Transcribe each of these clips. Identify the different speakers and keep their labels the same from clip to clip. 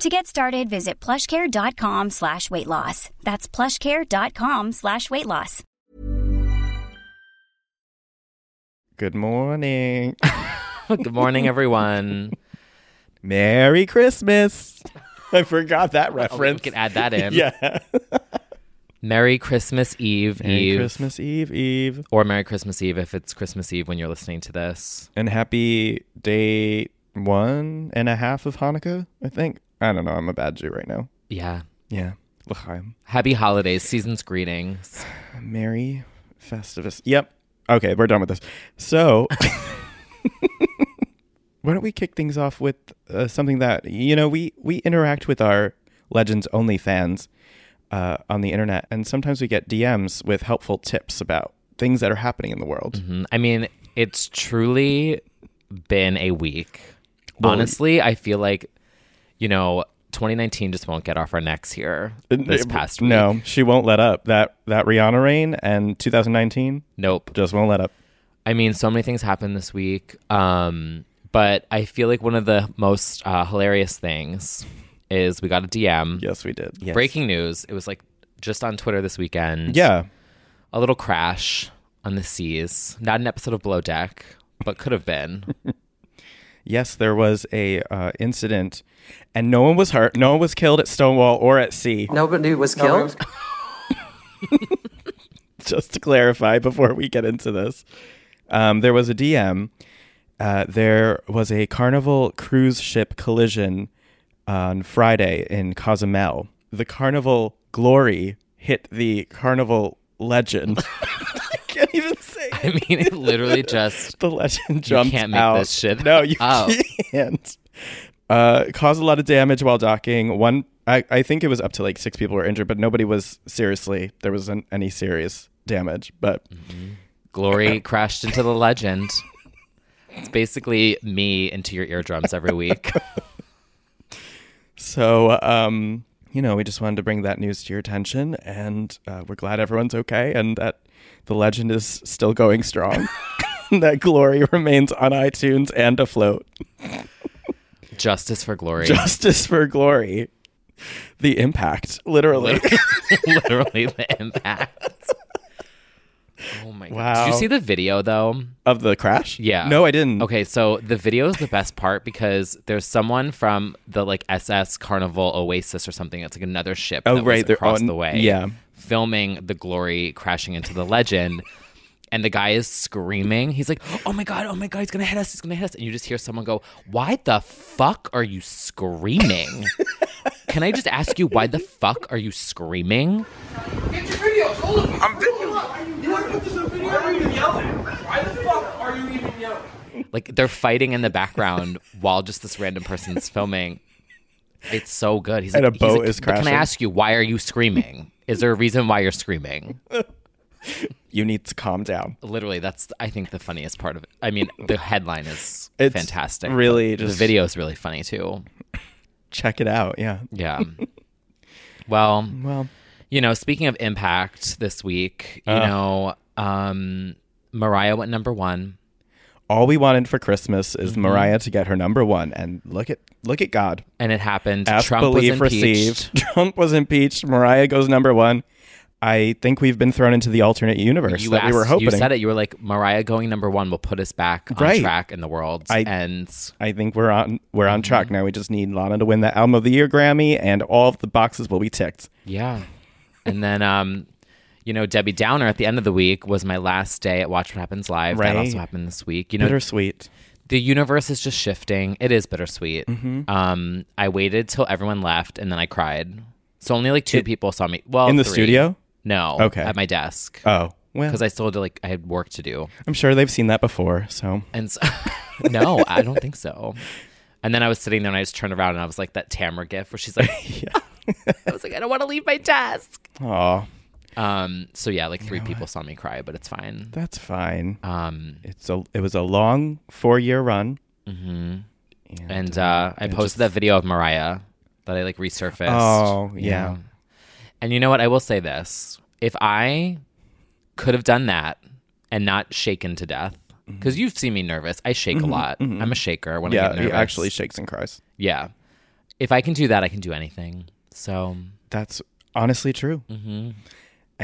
Speaker 1: To get started, visit plushcare.com slash weight loss. That's plushcare.com slash weight loss.
Speaker 2: Good morning.
Speaker 3: Good morning, everyone.
Speaker 2: Merry Christmas. I forgot that
Speaker 3: Oh, we
Speaker 2: reference.
Speaker 3: can add that in.
Speaker 2: yeah.
Speaker 3: Merry Christmas Eve,
Speaker 2: Merry
Speaker 3: Eve,
Speaker 2: Christmas Eve, Eve.
Speaker 3: or Merry Christmas Eve if it's Christmas Eve when you're listening to this.
Speaker 2: And happy day one and a half of Hanukkah, I think. I don't know. I'm a bad Jew right now.
Speaker 3: Yeah.
Speaker 2: Yeah. L'chaim.
Speaker 3: Happy holidays, season's greetings.
Speaker 2: Merry Festivus. Yep. Okay, we're done with this. So, why don't we kick things off with uh, something that you know we we interact with our Legends Only fans uh, on the internet, and sometimes we get DMs with helpful tips about things that are happening in the world.
Speaker 3: Mm, I mean, it's truly been a week. Honestly, I feel like, you know, 2019 just won't get off our necks here this past week.
Speaker 2: No, she won't let up. That that Rihanna reign and 2019
Speaker 3: Nope.
Speaker 2: just won't let up.
Speaker 3: I mean, so many things happened this week. Um, but I feel like one of the most uh, hilarious things is we got a DM.
Speaker 2: Yes, we did.
Speaker 3: Breaking news. It was like just on Twitter this weekend.
Speaker 2: Yeah.
Speaker 3: A little crash on the seas. Not an episode of Below Deck, but could have been.
Speaker 2: Yes, there was a uh, incident, and no one was hurt. No one was killed at Stonewall or at sea.
Speaker 4: Nobody was killed.
Speaker 2: Just to clarify, before we get into this, um, there was a DM. Uh, there was a Carnival cruise ship collision on Friday in Cozumel. The Carnival Glory hit the Carnival Legend. I can't even say.
Speaker 3: I mean, it literally just
Speaker 2: the legend jumps
Speaker 3: can't make
Speaker 2: out.
Speaker 3: this shit
Speaker 2: No, you
Speaker 3: up.
Speaker 2: can't. Uh, caused a lot of damage while docking. One, I, I think it was up to like six people were injured, but nobody was seriously. There wasn't any serious damage, but
Speaker 3: Mm. glory crashed into the legend. It's basically me into your eardrums every week.
Speaker 2: so um, you know, we just wanted to bring that news to your attention, and uh, we're glad everyone's okay, and that the legend is still going strong. that glory remains on iTunes and afloat.
Speaker 3: Justice for glory.
Speaker 2: Justice for glory. The impact, literally.
Speaker 3: literally the impact. Oh my god. Did
Speaker 2: Wow.
Speaker 3: you see the video though?
Speaker 2: Of the crash?
Speaker 3: Yeah.
Speaker 2: No, I didn't.
Speaker 3: Okay, so the video is the best part because there's someone from the like SS Carnival Oasis or something. It's like another ship
Speaker 2: Oh,
Speaker 3: that
Speaker 2: right,
Speaker 3: was
Speaker 2: they're
Speaker 3: across
Speaker 2: on-
Speaker 3: the way.
Speaker 2: yeah.
Speaker 3: Filming the glory crashing into the legend. And the guy is screaming. He's like, "Oh my god! Oh my god! He's gonna hit us! He's gonna hit us!" And you just hear someone go, "Why the fuck are you screaming? Can I just ask you why the fuck are you screaming?"
Speaker 5: Get your videos, all of you. I'm videoing. You want to put this on video? Why are you even yelling? Why the fuck are you even yelling?
Speaker 3: like they're fighting in the background while just this random person's filming. It's so good. He's
Speaker 2: And
Speaker 3: like,
Speaker 2: a
Speaker 3: he's
Speaker 2: boat
Speaker 3: like,
Speaker 2: is
Speaker 3: "But Can I
Speaker 2: crashing."
Speaker 3: ask you why are you screaming? Is there a reason why you're screaming?
Speaker 2: You need to calm down.
Speaker 3: Literally, that's I think the funniest part of it. I mean, the headline is
Speaker 2: It's
Speaker 3: fantastic.
Speaker 2: really
Speaker 3: the,
Speaker 2: just-
Speaker 3: the video is really funny too.
Speaker 2: Check it out. Yeah.
Speaker 3: Yeah. well,
Speaker 2: Well,
Speaker 3: You know, speaking of impact this week, you
Speaker 2: Uh.
Speaker 3: know, um, Mariah went number one.
Speaker 2: All we wanted for Christmas is
Speaker 3: Mm-hmm.
Speaker 2: Mariah to get her number one, and look at look at God.
Speaker 3: And it happened.
Speaker 2: Ask,
Speaker 3: Trump
Speaker 2: believe,
Speaker 3: was impeached.
Speaker 2: receive. Trump was impeached. Mariah goes number one. I think we've been thrown into the alternate universe
Speaker 3: You
Speaker 2: that we were
Speaker 3: asked-
Speaker 2: hoping.
Speaker 3: You said it. You were like, Mariah going number one will put us back on
Speaker 2: Right.
Speaker 3: track in the world.
Speaker 2: I-
Speaker 3: and
Speaker 2: I think we're on we're on
Speaker 3: Mm-hmm.
Speaker 2: track now. We just need Lana to win the Album of the Year Grammy, and all of the boxes will be ticked.
Speaker 3: yeah. and then, um, you know, Debbie Downer at the end of the week was my last day at Watch What Happens Live.
Speaker 2: Right.
Speaker 3: That also happened this week. You know,
Speaker 2: Bittersweet.
Speaker 3: the universe is just shifting. It is bittersweet.
Speaker 2: Mm-hmm.
Speaker 3: Um, I waited till everyone left and then I cried. So only like two people saw me. Well,
Speaker 2: in the
Speaker 3: three.
Speaker 2: studio?
Speaker 3: No.
Speaker 2: Okay.
Speaker 3: At my desk.
Speaker 2: Oh well,
Speaker 3: Because I still had to, like, I had work to do.
Speaker 2: I'm sure they've seen that before. So
Speaker 3: And so, no, I don't think so. And then I was sitting there and I just turned around and I was like, that Tamra gif where she's like, I was like, I don't want to leave my desk.
Speaker 2: Aw,
Speaker 3: Um, so yeah, like three people saw me cry, but it's fine.
Speaker 2: that's fine.
Speaker 3: Um,
Speaker 2: It's a it was a long four year run.
Speaker 3: and uh, I posted that video of Mariah that I like resurfaced.
Speaker 2: Oh,
Speaker 3: you
Speaker 2: yeah.
Speaker 3: know. And you know what? I will say this: if I could have done that and not shaken to death,
Speaker 2: Mm-hmm.
Speaker 3: because you've seen me nervous, I shake a lot. I'm a shaker when I
Speaker 2: Yeah,
Speaker 3: get
Speaker 2: he
Speaker 3: nervous.
Speaker 2: actually shakes and cries.
Speaker 3: yeah. If I can do that, I can do anything. So
Speaker 2: That's honestly true. And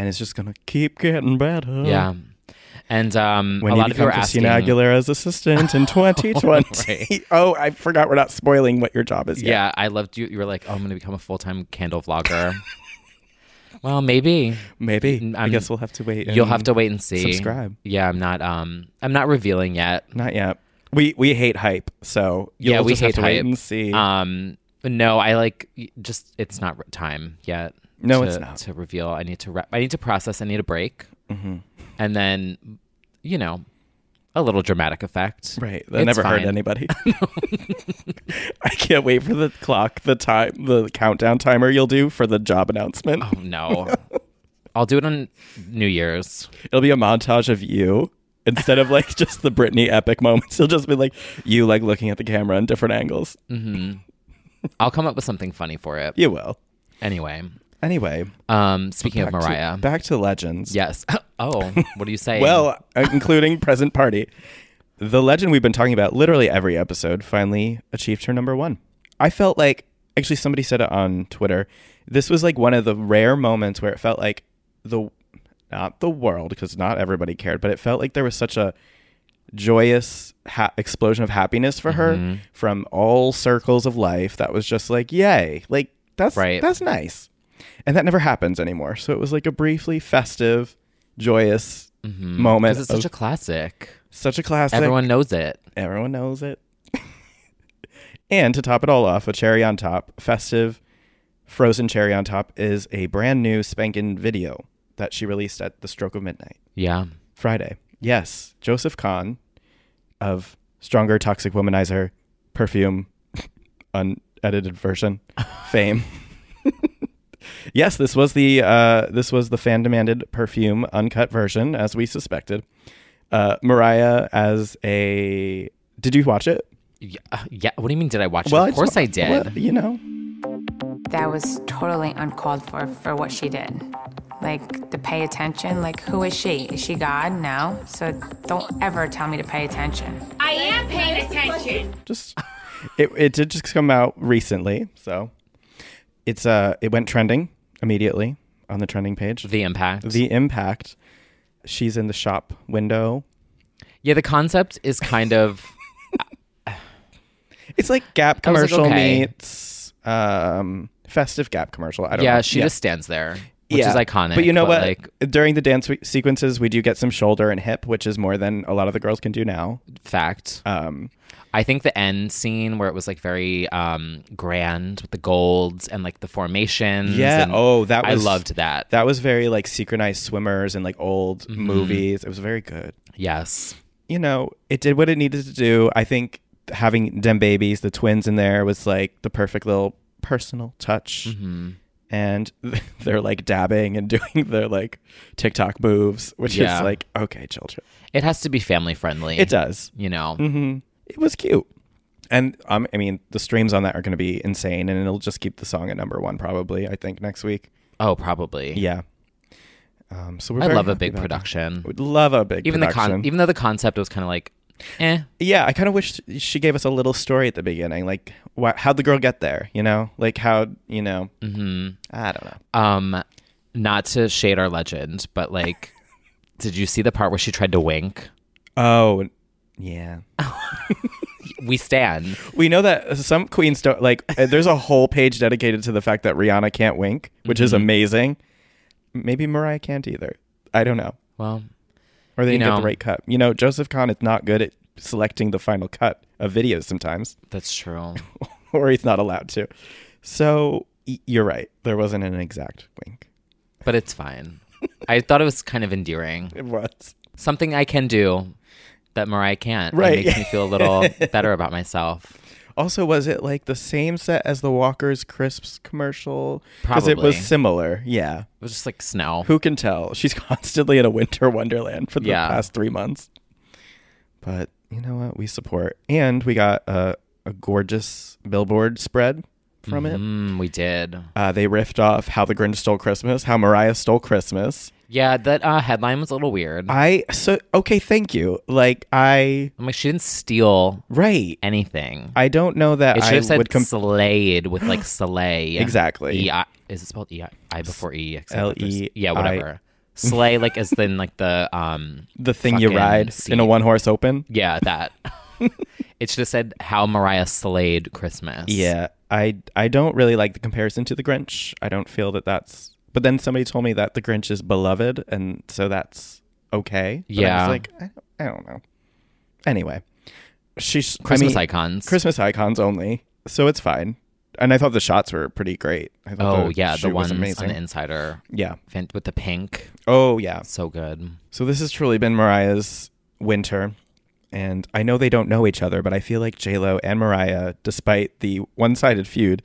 Speaker 2: it's just gonna keep getting better.
Speaker 3: Mm-hmm. yeah. And um,
Speaker 2: Mm. When
Speaker 3: a
Speaker 2: you
Speaker 3: lot of you
Speaker 2: become
Speaker 3: are
Speaker 2: Christina
Speaker 3: asking.
Speaker 2: Aguilera's assistant in 2020. Oh, I forgot we're not spoiling what your job is.
Speaker 3: Yeah.
Speaker 2: Yet.
Speaker 3: I loved you. You were like, oh, I'm going to become a full time candle vlogger. well, maybe.
Speaker 2: maybe. I
Speaker 3: I'm-
Speaker 2: guess we'll have to wait.
Speaker 3: You'll have
Speaker 2: and-
Speaker 3: to wait and see.
Speaker 2: Um, subscribe.
Speaker 3: Yeah, I'm not. Um, I'm not revealing yet.
Speaker 2: Not yet. We we hate hype, so you'll
Speaker 3: yeah, we
Speaker 2: just
Speaker 3: hate
Speaker 2: have to
Speaker 3: hype.
Speaker 2: wait and see.
Speaker 3: Um, but no, I like just it's not r- time yet.
Speaker 2: No,
Speaker 3: to-
Speaker 2: it's not.
Speaker 3: to reveal. I need to. Re- I need to process. I need a break,
Speaker 2: Mm-hmm.
Speaker 3: and then, you know, a little dramatic effect.
Speaker 2: right, that
Speaker 3: It's
Speaker 2: never hurt
Speaker 3: fine.
Speaker 2: anybody. I can't wait for the clock, the time, the countdown timer you'll do for the job announcement.
Speaker 3: Oh no, I'll do it on New Year's.
Speaker 2: It'll be a montage of you instead of like just the Britney epic moments. It'll just be like you like looking at the camera in different angles.
Speaker 3: Mm. I'll come up with something funny for it.
Speaker 2: You will.
Speaker 3: Anyway,
Speaker 2: Anyway,
Speaker 3: um, speaking of
Speaker 2: back to-
Speaker 3: Mariah,
Speaker 2: back to legends.
Speaker 3: yes. oh, what do you say?
Speaker 2: Well, uh, including present party. The legend we've been talking about literally every episode finally achieved her number one. I felt like, actually, somebody said it on Twitter. This was like one of the rare moments where it felt like the, not the world, because not everybody cared, but it felt like there was such a joyous ha- explosion of happiness for her from all circles of life that was just like, yay. Like, that's,
Speaker 3: Right.
Speaker 2: that's nice. And that never happens anymore. So it was like a briefly festive, joyous moment.
Speaker 3: because Mm-hmm. it's
Speaker 2: of-
Speaker 3: such a classic.
Speaker 2: such a classic.
Speaker 3: Everyone knows it.
Speaker 2: everyone knows it. and to top it all off, a cherry on top, festive, frozen cherry on top is a brand new spankin' video that she released at the stroke of midnight
Speaker 3: Yeah.
Speaker 2: Friday. Yes, Joseph Kahn of Stronger Toxic Womanizer Perfume unedited version fame. yes, this was the uh, this was the fan demanded perfume uncut version as we suspected. Uh, Mariah as a did you watch it?
Speaker 3: Yeah, uh, yeah. What do you mean? Did I watch it? Of
Speaker 2: just-
Speaker 3: course I did.
Speaker 2: well, you know,
Speaker 4: That was totally uncalled for for what she did. Like to pay attention. Like who is she? Is she God? No. So don't ever tell me to pay attention.
Speaker 6: I am paying attention.
Speaker 2: just it it did just come out recently, so it's uh it went trending immediately on the trending page.
Speaker 3: The impact.
Speaker 2: the impact. She's in the shop window.
Speaker 3: yeah, the concept is kind of
Speaker 2: It's like Gap
Speaker 3: I was like,
Speaker 2: commercial
Speaker 3: okay.
Speaker 2: meets um, festive Gap commercial. I don't know.
Speaker 3: yeah. She just stands there, which
Speaker 2: Yeah.
Speaker 3: is iconic.
Speaker 2: But you know what?
Speaker 3: Like
Speaker 2: During the dance we- sequences, we do get some shoulder and hip, which is more than a lot of the girls can do now.
Speaker 3: fact,
Speaker 2: Um,
Speaker 3: I think the end scene where it was like very um grand with the golds and like the formations.
Speaker 2: Yeah,
Speaker 3: and
Speaker 2: oh, that
Speaker 3: I
Speaker 2: was-
Speaker 3: loved that.
Speaker 2: that was very like synchronized swimmers and like old
Speaker 3: Mm-hmm.
Speaker 2: movies. It was very good.
Speaker 3: Yes.
Speaker 2: You know, it did what it needed to do. I think having them babies, the twins in there, was like the perfect little personal touch.
Speaker 3: Mm-hmm.
Speaker 2: And they're like dabbing and doing their like TikTok moves, which
Speaker 3: Yeah.
Speaker 2: is like, okay, children.
Speaker 3: It has to be family friendly.
Speaker 2: It does. Mm-hmm.
Speaker 3: You know.
Speaker 2: It was cute. And um, I mean, the streams on that are going to be insane, and it'll just keep the song at number one probably. I think next week.
Speaker 3: Oh, probably.
Speaker 2: Yeah. Um, so we're
Speaker 3: I
Speaker 2: very
Speaker 3: love a
Speaker 2: happy
Speaker 3: big
Speaker 2: about that.
Speaker 3: production.
Speaker 2: Would love a big
Speaker 3: Even the
Speaker 2: production.
Speaker 3: con- even though the concept was kind of like, eh,
Speaker 2: yeah, I kind of wish she gave us a little story at the beginning, like wh- how'd the girl get there? You know, like how you know. Mm-hmm. I don't know.
Speaker 3: um, not to shade our legend, but like, did you see the part where she tried to wink?
Speaker 2: Oh, yeah.
Speaker 3: We stand.
Speaker 2: We know that some queens don't like. uh, There's a whole page dedicated to the fact that Rihanna can't wink, which
Speaker 3: Mm-hmm.
Speaker 2: is amazing. Maybe Mariah can't either. I don't know.
Speaker 3: Well,
Speaker 2: Or they
Speaker 3: You
Speaker 2: didn't get
Speaker 3: know.
Speaker 2: the right cut. You know, Joseph Kahn is not good at selecting the final cut of videos sometimes,
Speaker 3: that's true.
Speaker 2: or he's not allowed to. So y- you're right. There wasn't an exact wink.
Speaker 3: but it's fine. I thought it was kind of endearing.
Speaker 2: It was.
Speaker 3: Something I can do that Mariah can't. It
Speaker 2: Right.
Speaker 3: makes me feel a little better about myself.
Speaker 2: Also, was it like the same set as the Walker's crisps commercial? it was
Speaker 3: Probably.
Speaker 2: similar. Yeah.
Speaker 3: It was just like snow.
Speaker 2: Who can tell? She's constantly in a winter wonderland for the
Speaker 3: Yeah.
Speaker 2: past three months. But you know what? We support, and we got a, a gorgeous billboard spread from it.
Speaker 3: Mm, we did.
Speaker 2: Uh, they riffed off how the Grinch stole Christmas, how Mariah stole Christmas.
Speaker 3: Yeah, that uh, headline was a little weird.
Speaker 2: I so okay, thank you. Like I
Speaker 3: I'm like, she didn't steal
Speaker 2: right.
Speaker 3: anything.
Speaker 2: I don't know that
Speaker 3: it should
Speaker 2: I
Speaker 3: have said
Speaker 2: would compare
Speaker 3: slayed with like slay.
Speaker 2: Exactly.
Speaker 3: E-I- is it spelled E I I before E? except
Speaker 2: L
Speaker 3: that there's-
Speaker 2: E
Speaker 3: Yeah,
Speaker 2: I-
Speaker 3: whatever. Slay like as in like the um
Speaker 2: the thing you
Speaker 3: fucking
Speaker 2: ride in
Speaker 3: scene.
Speaker 2: a one horse open.
Speaker 3: yeah that. it should have said how Mariah slayed Christmas.
Speaker 2: Yeah, I I don't really like the comparison to the Grinch. I don't feel that that's. But then somebody told me that the Grinch is beloved, and so that's okay. But I
Speaker 3: Yeah.
Speaker 2: was like I don't, I don't know. Anyway, she's I
Speaker 3: Christmas
Speaker 2: mean,
Speaker 3: icons.
Speaker 2: Christmas icons only, so it's fine. And I thought the shots were pretty great. I thought
Speaker 3: Oh yeah,
Speaker 2: shoot
Speaker 3: the
Speaker 2: was
Speaker 3: ones on
Speaker 2: amazing.
Speaker 3: the Insider
Speaker 2: yeah.
Speaker 3: fan- with the pink,
Speaker 2: Oh yeah.
Speaker 3: so good.
Speaker 2: So this has truly been Mariah's winter. And I know they don't know each other, but I feel like Lo and Mariah, despite the one sided feud,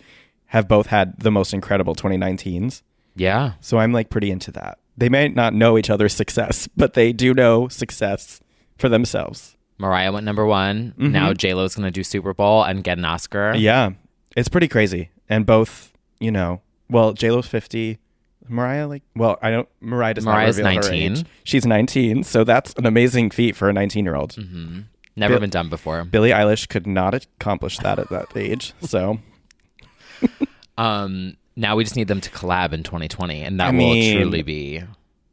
Speaker 2: have both had the most incredible 2019s.
Speaker 3: Yeah,
Speaker 2: So I'm like pretty into that. They may not know each other's success, but they do know success for themselves.
Speaker 3: Mariah went number one. Now J Lo's gonna do Super Bowl and get an Oscar.
Speaker 2: Mm-hmm. Yeah. It's pretty crazy. And both, you know, well, Lo's 50. Mariah, like, well, I don't, Mariah does
Speaker 3: Mariah's
Speaker 2: not reveal
Speaker 3: 19.
Speaker 2: her age. She's 19. So that's an amazing feat for a 19 year old.
Speaker 3: never
Speaker 2: Bill-
Speaker 3: been done before.
Speaker 2: Billie Eilish could not accomplish that at that age. So
Speaker 3: Um, now we just need them to collab in 2020, and that
Speaker 2: I
Speaker 3: will
Speaker 2: mean-
Speaker 3: truly be.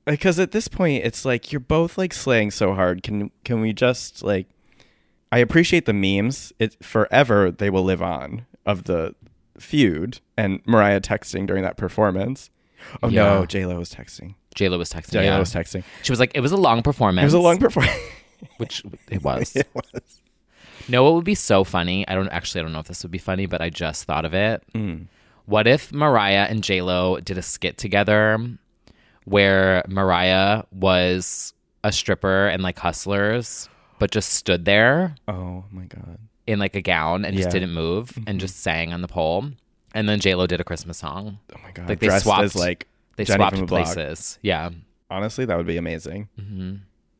Speaker 2: because at this point it's like you're both like slaying so hard. Can can we just like I appreciate the memes. It forever they will live on of the feud and Mariah texting during that performance. Oh no,
Speaker 3: Yeah.
Speaker 2: J Lo was texting.
Speaker 3: J Lo was texting.
Speaker 2: J Lo
Speaker 3: yeah.
Speaker 2: was texting.
Speaker 3: She was like, "It was a long performance.
Speaker 2: It was a long performance.
Speaker 3: which it was. No, what would be so funny? I don't actually. I don't know if this would be funny, but I just thought of it.
Speaker 2: Mm.
Speaker 3: What if Mariah and J Lo did a skit together, where Mariah was a stripper and like hustlers, but just stood there
Speaker 2: oh my god.
Speaker 3: in like a gown and
Speaker 2: Yeah. Mm-hmm.
Speaker 3: just didn't move and just sang on the pole, and then J Lo did a Christmas song.
Speaker 2: Oh my god.
Speaker 3: Like, they
Speaker 2: Dressed as
Speaker 3: swapped-
Speaker 2: like
Speaker 3: They
Speaker 2: Jenny
Speaker 3: swapped
Speaker 2: from the block.
Speaker 3: places. Yeah,
Speaker 2: Honestly, that would be amazing.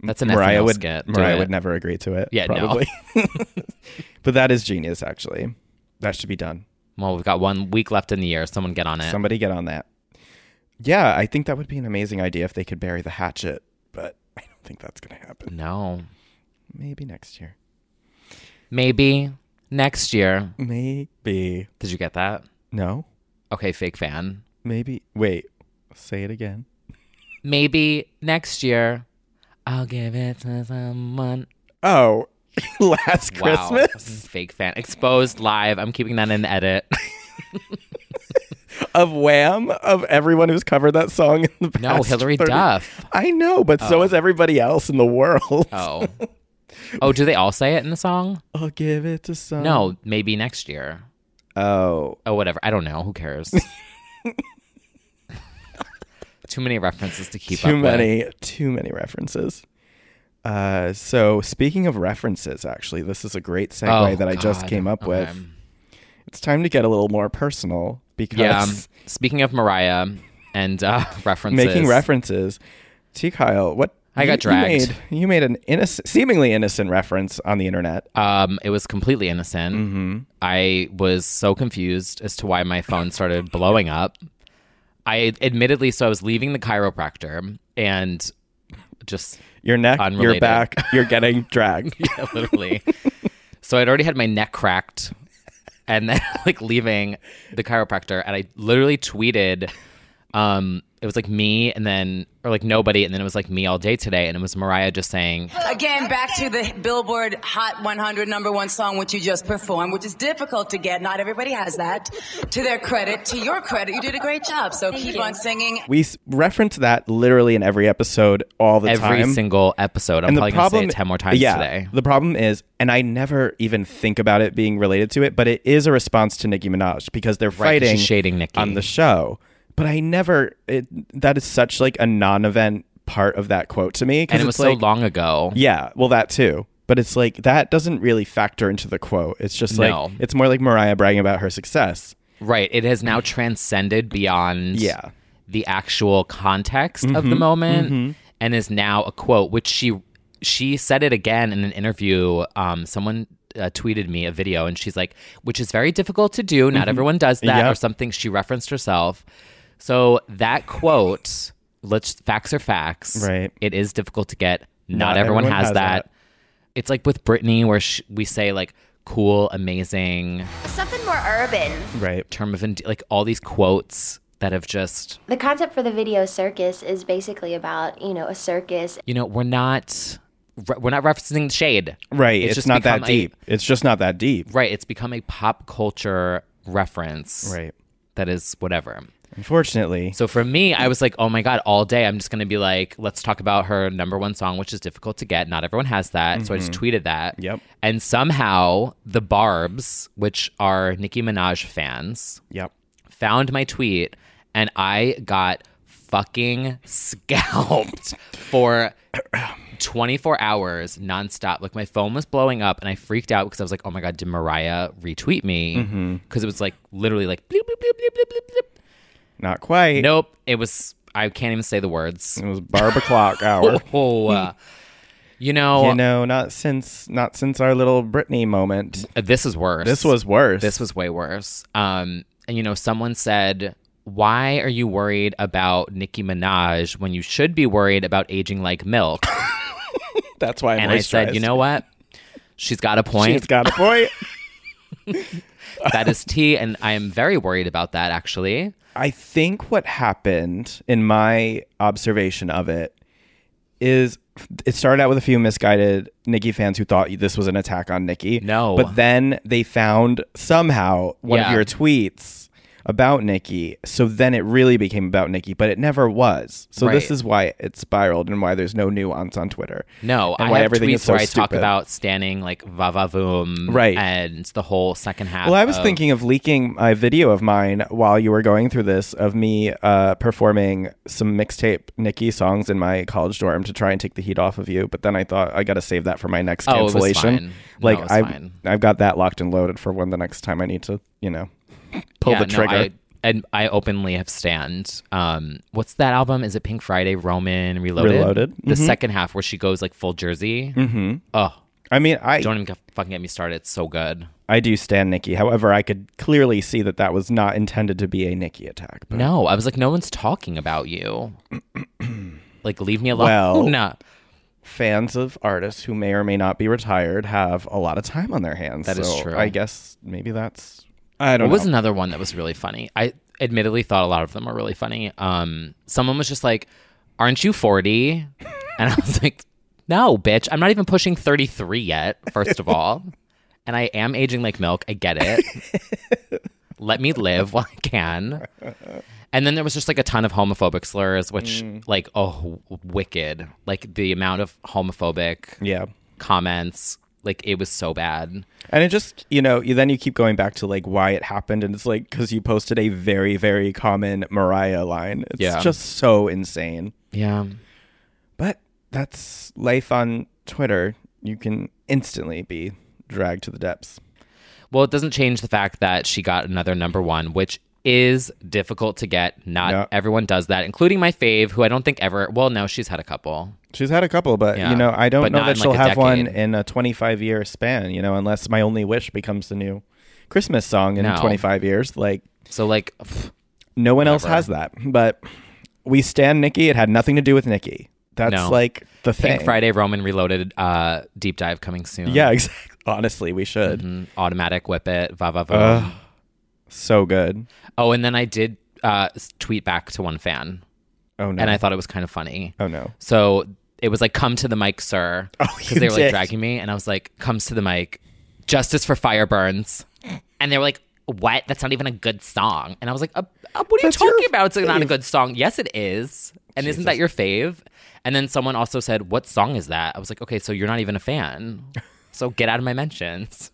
Speaker 3: that's an
Speaker 2: Mariah
Speaker 3: SNL
Speaker 2: would
Speaker 3: skit. Do
Speaker 2: Mariah
Speaker 3: it.
Speaker 2: would never agree to it.
Speaker 3: Yeah, no.
Speaker 2: probably. but that is genius, actually. That should be done.
Speaker 3: Well, we've got one week left in the year. Someone get on it.
Speaker 2: Somebody get on that. Yeah, I think that would be an amazing idea if they could bury the hatchet, but I don't think that's going to happen.
Speaker 3: no,
Speaker 2: Maybe next year.
Speaker 3: maybe next year.
Speaker 2: Maybe.
Speaker 3: Did you get that?
Speaker 2: No.
Speaker 3: Okay, fake fan.
Speaker 2: Maybe. Wait. Say it again.
Speaker 3: Maybe next year I'll give it to someone.
Speaker 2: Oh, last
Speaker 3: Wow.
Speaker 2: Christmas
Speaker 3: Fake fan. Exposed live. I'm keeping that in the edit.
Speaker 2: of Wham of everyone who's covered that song in the past.
Speaker 3: No, Hillary
Speaker 2: 30
Speaker 3: Duff.
Speaker 2: I know, but so is everybody else in the world.
Speaker 3: Oh. Oh, do they all say it in the song?
Speaker 2: I'll give it to some.
Speaker 3: No, maybe next year.
Speaker 2: Oh,
Speaker 3: Oh, whatever. I don't know. Who cares? Too many references to keep
Speaker 2: too
Speaker 3: up with.
Speaker 2: many too many references uh, so speaking of references actually this is a great segue
Speaker 3: Oh,
Speaker 2: that i just
Speaker 3: God.
Speaker 2: came up with
Speaker 3: Okay.
Speaker 2: it's time to get a little more personal because
Speaker 3: Yeah. um, Speaking of Mariah and uh, references.
Speaker 2: making references t kyle what
Speaker 3: I got
Speaker 2: you- you
Speaker 3: dragged.
Speaker 2: made, you made an innocent seemingly innocent reference on the internet
Speaker 3: Um, it was completely innocent.
Speaker 2: Mm-hmm.
Speaker 3: I was so confused as to why my phone started blowing up. I admittedly, so I was leaving the chiropractor and just
Speaker 2: Your neck, your
Speaker 3: Unrelated.
Speaker 2: back, you're getting dragged.
Speaker 3: yeah, literally. so I'd already had my neck cracked, and then like leaving the chiropractor, and I literally tweeted, um, it was like me, and then or like nobody, and then it was like me all day today, and it was Mariah just saying,
Speaker 7: Again, back to the Billboard Hot 100 number one song, which you just performed, which is difficult to get. Not everybody has that. To their credit, to your credit, you did a great job. So keep on singing.
Speaker 2: We s- reference that literally in every episode all the time.
Speaker 3: every single episode. I'm probably gonna say it ten more times
Speaker 2: yeah,
Speaker 3: today.
Speaker 2: The problem is, and I never even think about it being related to it, but it is a response to Nicki Minaj because they're
Speaker 3: 'cause
Speaker 2: fighting
Speaker 3: she's shading Nicki.
Speaker 2: on the show. But I never it, that is such like a non-event part of that quote to me 'cause
Speaker 3: And it
Speaker 2: it's
Speaker 3: was so
Speaker 2: like,
Speaker 3: long ago.
Speaker 2: Yeah, well that too. But it's like that doesn't really factor into the quote. It's just like
Speaker 3: No.
Speaker 2: it's more like Mariah bragging about her success.
Speaker 3: Right. It has now transcended beyond
Speaker 2: Yeah.
Speaker 3: the actual context of the moment and is now a quote, which she she said it again in an interview. Um, someone uh, tweeted me a video and she's like, which is very difficult to do. Not everyone does that
Speaker 2: Yeah.
Speaker 3: or something. She referenced herself. So that quote, let's facts are facts.
Speaker 2: Right.
Speaker 3: It is difficult to get. Not, everyone, has, that. It's like with Britney where sh we say like cool, amazing
Speaker 8: Something more urban.
Speaker 2: Right.
Speaker 3: term of ind- like all these quotes that have just
Speaker 8: The concept for the video circus is basically about, you know, a circus.
Speaker 3: you know we're not re- we're not referencing shade
Speaker 2: Right. It's,
Speaker 3: just
Speaker 2: not that
Speaker 3: become a-
Speaker 2: deep. it's just not that deep.
Speaker 3: right it's become a pop culture reference
Speaker 2: Right.
Speaker 3: that is whatever
Speaker 2: Unfortunately.
Speaker 3: so for me i was like oh my god all day i'm just gonna be like let's talk about her number one song which is difficult to get not everyone has that so i just tweeted that
Speaker 2: Mm-hmm. Yep.
Speaker 3: and somehow the barbs which are nicki minaj fans
Speaker 2: Yep.
Speaker 3: found my tweet and I got fucking scalped for 24 hours nonstop. Like my phone was blowing up and I freaked out because I was like, oh my God, did Mariah retweet me? Because
Speaker 2: Mm-hmm.
Speaker 3: it was like literally like, bleep, bleep, bleep, bleep, bleep, bleep, bleep.
Speaker 2: Not quite.
Speaker 3: nope, it was, I can't even say the words.
Speaker 2: It was barb o'clock hour.
Speaker 3: Oh, uh, you know,
Speaker 2: you know, not since not since our little Britney moment.
Speaker 3: this is worse.
Speaker 2: This was worse.
Speaker 3: This was way worse. Um, and you know, someone said, "Why are you worried about Nicki Minaj when you should be worried about aging like milk?"
Speaker 2: that's why I
Speaker 3: And I said, "You know what? She's got a
Speaker 2: she's
Speaker 3: point.
Speaker 2: got a point."
Speaker 3: that is tea, and I am very worried about that actually.
Speaker 2: I think what happened in my observation of it is it started out with a few misguided Nikki fans who thought this was an attack on Nikki.
Speaker 3: No.
Speaker 2: But then they found somehow one of
Speaker 3: Yeah.
Speaker 2: your tweets about Nikki. So then it really became about Nikki, but it never was. So this
Speaker 3: Right.
Speaker 2: is why it spiraled and why there's no nuance on Twitter.
Speaker 3: No,
Speaker 2: and
Speaker 3: I
Speaker 2: why
Speaker 3: have
Speaker 2: everything
Speaker 3: tweets
Speaker 2: is so
Speaker 3: where I talk
Speaker 2: stupid.
Speaker 3: about standing like vava voom,
Speaker 2: Right.
Speaker 3: and the whole second half.
Speaker 2: Well, I was
Speaker 3: of-
Speaker 2: thinking of leaking a video of mine while you were going through this of me uh, performing some mixtape Nicki songs in my college dorm to try and take the heat off of you. But then I thought I got to save that for my next
Speaker 3: Oh, it was
Speaker 2: cancellation.
Speaker 3: fine. No,
Speaker 2: Like
Speaker 3: it was
Speaker 2: I,
Speaker 3: fine.
Speaker 2: I've got that locked and loaded for when the next time I need to, you know, pull
Speaker 3: Yeah,
Speaker 2: the
Speaker 3: no,
Speaker 2: trigger.
Speaker 3: I, and I openly have stand. Um, what's that album? Is it Pink Friday? Roman Reloaded.
Speaker 2: Reloaded. Mm-hmm.
Speaker 3: The second half where she goes like full Jersey. Mm-hmm. Oh,
Speaker 2: I, mean, I
Speaker 3: don't even get, fucking get me started. It's so good.
Speaker 2: I do stand Nicki. However, I could clearly see that that was not intended to be a Nicki attack. But
Speaker 3: No, I was like, no one's talking about you. like, leave me alone.
Speaker 2: Well-
Speaker 3: Nah.
Speaker 2: fans of artists who may or may not be retired have a lot of time on their hands.
Speaker 3: That
Speaker 2: That
Speaker 3: is
Speaker 2: is
Speaker 3: true.
Speaker 2: I guess maybe that's. I don't
Speaker 3: What
Speaker 2: know.
Speaker 3: was another one that was really funny? I admittedly thought a lot of them were really funny. Um, someone was just like, aren't you 40? And I was like, no, bitch. I'm not even pushing 33 yet, first of all. And I am aging like milk. I get it. Let me live while I can. And then there was just like a ton of homophobic slurs, which, like, oh, w- wicked. Like, the amount of homophobic
Speaker 2: Yeah.
Speaker 3: comments. Like it was so bad.
Speaker 2: And it just, you know, you, then you keep going back to like why it happened. And it's like, because you posted a very, very common Mariah line. It's
Speaker 3: Yeah.
Speaker 2: just so insane.
Speaker 3: Yeah.
Speaker 2: But that's life on Twitter. You can instantly be dragged to the depths.
Speaker 3: Well, it doesn't change the fact that she got another number one, which is difficult to get. Not
Speaker 2: Yeah.
Speaker 3: everyone does that, including my fave, who I don't think ever. Well, no, she's had a couple.
Speaker 2: She's had a couple, but
Speaker 3: Yeah.
Speaker 2: you know, I don't
Speaker 3: But
Speaker 2: know
Speaker 3: not
Speaker 2: that
Speaker 3: in,
Speaker 2: she'll
Speaker 3: like, a
Speaker 2: have one
Speaker 3: decade.
Speaker 2: in a 25 year span, you know, unless My Only Wish becomes the new Christmas song in
Speaker 3: No.
Speaker 2: 25 years. Like,
Speaker 3: So like, pff,
Speaker 2: No one else has that. But we stand Nikki. It had nothing to do with Nikki. That's
Speaker 3: No.
Speaker 2: like the thing.
Speaker 3: Pink Friday, Roman Reloaded, uh, deep dive coming soon.
Speaker 2: Yeah, exactly. Honestly, we should.
Speaker 3: Mhm. Automatic whip it, va va va.
Speaker 2: Ugh. so good.
Speaker 3: Oh, and then I did uh, s- tweet back to one fan,
Speaker 2: Oh no.
Speaker 3: and I thought it was kind of funny.
Speaker 2: Oh no.
Speaker 3: So it was like, "Come to the mic, sir," because
Speaker 2: Oh, you
Speaker 3: they were
Speaker 2: did.
Speaker 3: like dragging me, and I was like, "Comes to the mic, justice for fire burns," and they were like. What? That's not even a good song. And I was like, uh, uh, "What are
Speaker 2: That's
Speaker 3: you
Speaker 2: your
Speaker 3: talking about? It's like, not a
Speaker 2: fave.
Speaker 3: good song." Yes, it is. And isn't that your fave? And then someone also said, "What song is that?" I was like, "Okay, so you're not even a fan. So get out of my mentions."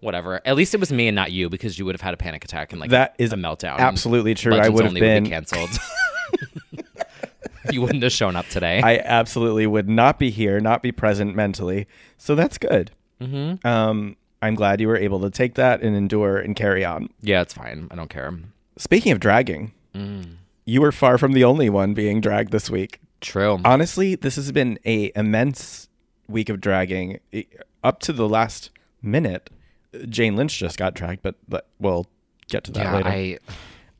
Speaker 3: Whatever. At least it was me and not you because you would have had a panic attack and like
Speaker 2: That is
Speaker 3: a meltdown.
Speaker 2: absolutely true. I
Speaker 3: Legends
Speaker 2: would have
Speaker 3: Only
Speaker 2: been-
Speaker 3: be canceled. you wouldn't have shown up today.
Speaker 2: I absolutely would not be here, not be present mentally. So that's good. Mm-hmm. Um, I'm glad you were able to take that and endure and carry on.
Speaker 3: yeah, it's fine. I don't care.
Speaker 2: Speaking of dragging,
Speaker 3: Mm.
Speaker 2: you were far from the only one being dragged this week.
Speaker 3: True.
Speaker 2: Honestly, this has been a immense week of dragging. I- Up to the last minute, Jane Lynch just got dragged, but, but we'll get to that
Speaker 3: yeah,
Speaker 2: later.
Speaker 3: I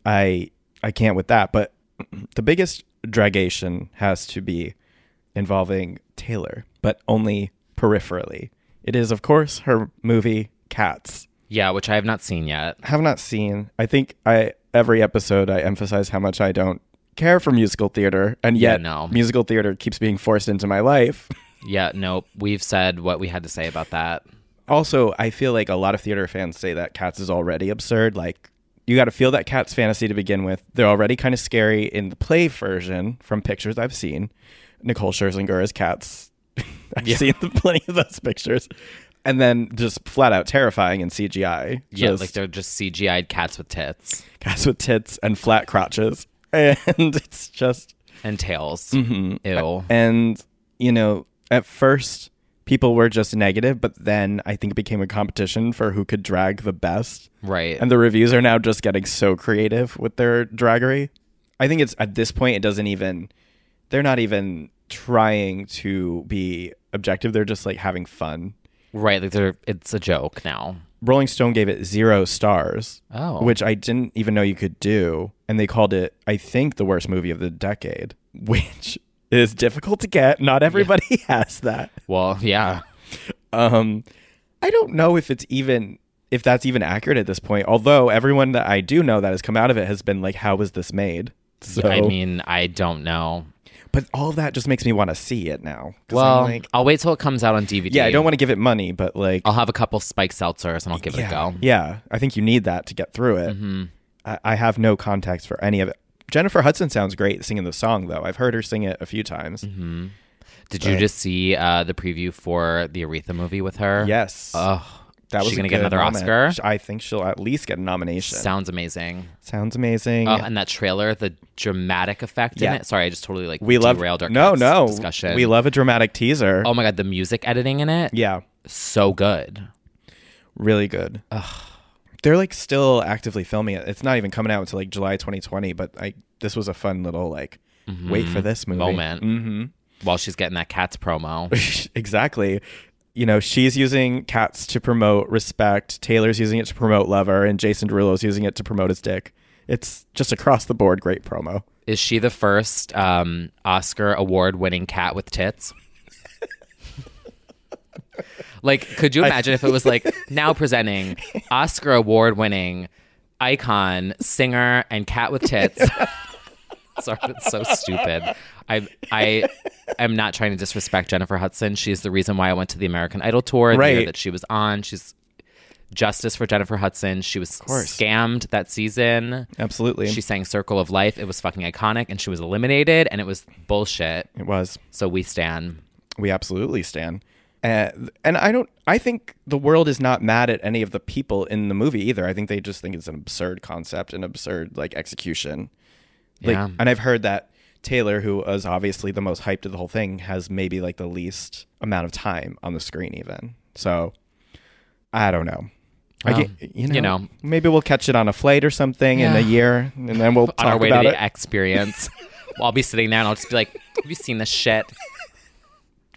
Speaker 2: I I can't with that. But the biggest dragation has to be involving Taylor, but only peripherally. It is, of course, her movie Cats.
Speaker 3: yeah, which I have not seen yet.
Speaker 2: Have not seen. I think I every episode I emphasize how much I don't care for musical theater, and
Speaker 3: Yeah,
Speaker 2: yet
Speaker 3: no.
Speaker 2: musical theater keeps being forced into my life.
Speaker 3: Yeah, nope. We've said what we had to say about that.
Speaker 2: Also, I feel like a lot of theater fans say that Cats is already absurd. Like, you got to feel that Cats fantasy to begin with. They're already kind of scary in the play version from pictures I've seen. Nicole Scherzinger as Cats. I've seen plenty of those pictures. And then just flat out terrifying in CGI.
Speaker 3: Yeah,
Speaker 2: Just
Speaker 3: like they're just CGI'd cats with tits
Speaker 2: cats with tits and flat crotches. And it's just
Speaker 3: and tails. Ew.
Speaker 2: Mm-hmm. And, you know, at first people were just negative, but then I think it became a competition for who could drag the best.
Speaker 3: Right.
Speaker 2: And the reviews are now just getting so creative with their draggery. I think it's at this point it doesn't even they're not even trying to be objective. They're just like having fun.
Speaker 3: right, like they're it's a joke now.
Speaker 2: Rolling Stone gave it zero stars.
Speaker 3: Oh.
Speaker 2: Which I didn't even know you could do. And they called it, I think, the worst movie of the decade, which is difficult to get. Not everybody has that.
Speaker 3: Well, yeah.
Speaker 2: Um, I don't know if it's even if that's even accurate at this point. Although everyone that I do know that has come out of it has been like, "How was this made?" So,
Speaker 3: I mean, I don't know.
Speaker 2: but all of that just makes me want to see it now. 'Cause I'm
Speaker 3: Well,
Speaker 2: like,
Speaker 3: I'll wait till it comes out on DVD.
Speaker 2: yeah, I don't want to give it money, but like,
Speaker 3: I'll have a couple spike seltzers and I'll give it Mm-hmm. a go.
Speaker 2: yeah, I think you need that to get through it. I, I have no context for any of it. Jennifer Hudson sounds great singing the song, though. I've heard her sing it a few times.
Speaker 3: Mm-hmm. Did you just see uh, the preview for the Aretha movie with her?
Speaker 2: Yes,
Speaker 3: Ugh,
Speaker 2: that
Speaker 3: Uh, she
Speaker 2: was a
Speaker 3: gonna get
Speaker 2: good
Speaker 3: another
Speaker 2: moment.
Speaker 3: Oscar?
Speaker 2: Sh- I think she'll at least get a nomination.
Speaker 3: sounds amazing.
Speaker 2: sounds amazing.
Speaker 3: Oh, and that trailer, the dramatic effect
Speaker 2: Yeah.
Speaker 3: in it. Sorry, I just totally like
Speaker 2: we love
Speaker 3: derailed our
Speaker 2: no
Speaker 3: Cats
Speaker 2: no
Speaker 3: discussion.
Speaker 2: we love a dramatic teaser
Speaker 3: Oh my god, the music editing in it,
Speaker 2: yeah
Speaker 3: so good.
Speaker 2: really good they're like still actively filming it it's not even coming out until like july 2020 but i this was a fun little like wait for this movie
Speaker 3: Mm-hmm.
Speaker 2: Mm-hmm.
Speaker 3: Moment while she's getting that Cats promo.
Speaker 2: exactly you know she's using cats to promote respect taylor's using it to promote lover and jason derulo's using it to promote his dick it's just across the board great promo
Speaker 3: Is she the first um, Oscar award winning cat with tits? like, could you imagine if it was like now presenting Oscar award winning icon, singer, and cat with tits? Sorry, it's so stupid. I I am not trying to disrespect Jennifer Hudson. She's the reason why I went to the American Idol tour the year
Speaker 2: Right.
Speaker 3: that she was on. She's justice for Jennifer Hudson. She was scammed that season.
Speaker 2: absolutely
Speaker 3: She sang Circle of Life. It was fucking iconic and she was eliminated and it was bullshit.
Speaker 2: it was
Speaker 3: So we stand.
Speaker 2: We absolutely stand. Uh, and I don't. I think the world is not mad at any of the people in the movie either. I think they just think it's an absurd concept, an absurd like execution. Like,
Speaker 3: Yeah.
Speaker 2: And I've heard that Taylor, who is obviously the most hyped of the whole thing, has maybe like the least amount of time on the screen, even. So I don't know. I
Speaker 3: Well,
Speaker 2: get- you, know,
Speaker 3: you know.
Speaker 2: maybe we'll catch it on a flight or something in a
Speaker 3: Yeah.
Speaker 2: year, and then we'll talk
Speaker 3: On our way to
Speaker 2: about
Speaker 3: the
Speaker 2: it.
Speaker 3: experience. I'll be sitting there and I'll just be like, Have you seen this shit?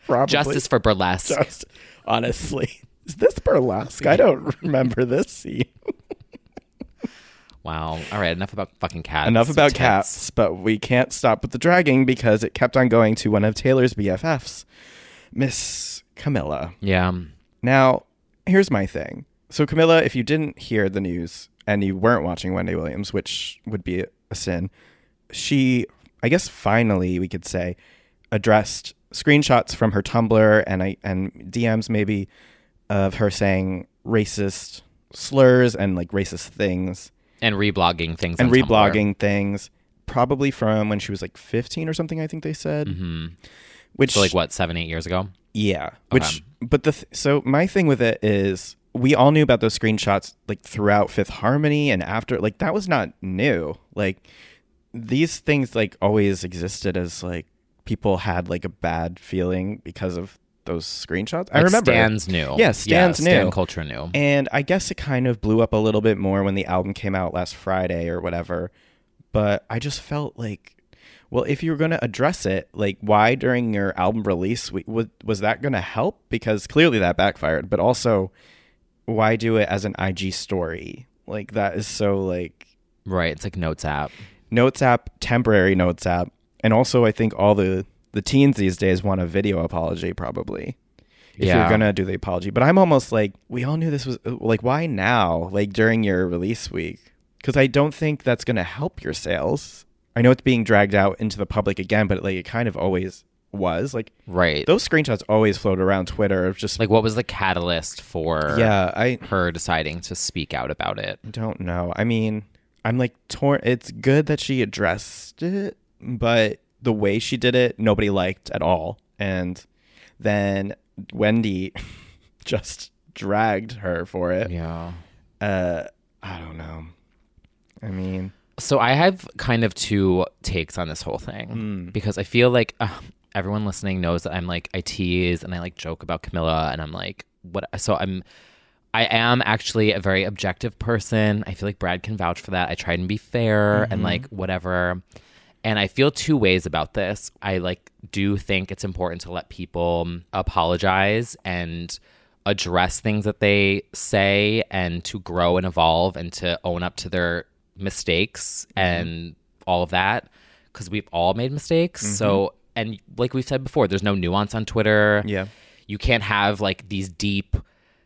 Speaker 2: probably.
Speaker 3: Justice for burlesque.
Speaker 2: just honestly. Is this burlesque? I don't remember this scene.
Speaker 3: Wow. All right. Enough about fucking cats.
Speaker 2: Enough
Speaker 3: or
Speaker 2: about
Speaker 3: tits.
Speaker 2: cats, but we can't stop with the dragging because it kept on going to one of Taylor's BFFs, Miss Camilla.
Speaker 3: Yeah.
Speaker 2: Now, here's my thing. So, Camilla, if you didn't hear the news and you weren't watching Wendy Williams, which would be a sin, she, I guess, finally, we could say, addressed screenshots from her Tumblr and I and DMs maybe of her saying racist slurs and like racist things
Speaker 3: And reblogging things.
Speaker 2: and
Speaker 3: on Tumblr.
Speaker 2: reblogging things, probably from when she was like 15 or something. I think they said.
Speaker 3: Mhm.
Speaker 2: Which
Speaker 3: So like what? Seven, eight years ago.
Speaker 2: yeah. Which, but the th- so my thing with it is we all knew about those screenshots like throughout Fifth Harmony and after. Like that was not new. Like these things like always existed as like people had like a bad feeling because of those screenshots. I
Speaker 3: Like,
Speaker 2: remember
Speaker 3: Stan's new.
Speaker 2: Yeah, Stan's
Speaker 3: yeah,
Speaker 2: new.
Speaker 3: Stan culture new.
Speaker 2: And I guess it kind of blew up a little bit more when the album came out last Friday or whatever. But I just felt like, well, if you were going to address it, like, why during your album release we, was, was that going to help? Because clearly that backfired. But also, why do it as an IG story? Like, that is so, like,
Speaker 3: Right. It's like notes app.
Speaker 2: Notes app, temporary Notes app. And also, I think all the, the teens these days want a video apology, probably if you're
Speaker 3: Yeah.
Speaker 2: gonna do the apology. But I'm almost like, we all knew this was like, why now? Like during your release week, because I don't think that's gonna help your sales. I know it's being dragged out into the public again, but like it kind of always was. Like
Speaker 3: Right.
Speaker 2: those screenshots always float around Twitter of just like,
Speaker 3: Like what was the catalyst for
Speaker 2: yeah, I
Speaker 3: her deciding to speak out about it?
Speaker 2: don't know. I mean, I'm like torn. It's good that she addressed it, but the way she did it, nobody liked at all. And then Wendy just dragged her for it.
Speaker 3: Yeah.
Speaker 2: Uh, I don't know. I mean,
Speaker 3: So I have kind of two takes on this whole thing because I feel like uh, everyone listening knows that I'm like I tease and I like joke about Camilla and I'm like what so I'm I am actually a very objective person. I feel like Brad can vouch for that. I try and be fair and like whatever. And I feel two ways about this. I like do think it's important to let people apologize and address things that they say and to grow and evolve and to own up to their mistakes and all of that because we've all made mistakes. So, and like we've said before, there's no nuance on Twitter.
Speaker 2: Yeah.
Speaker 3: You can't have like these deep,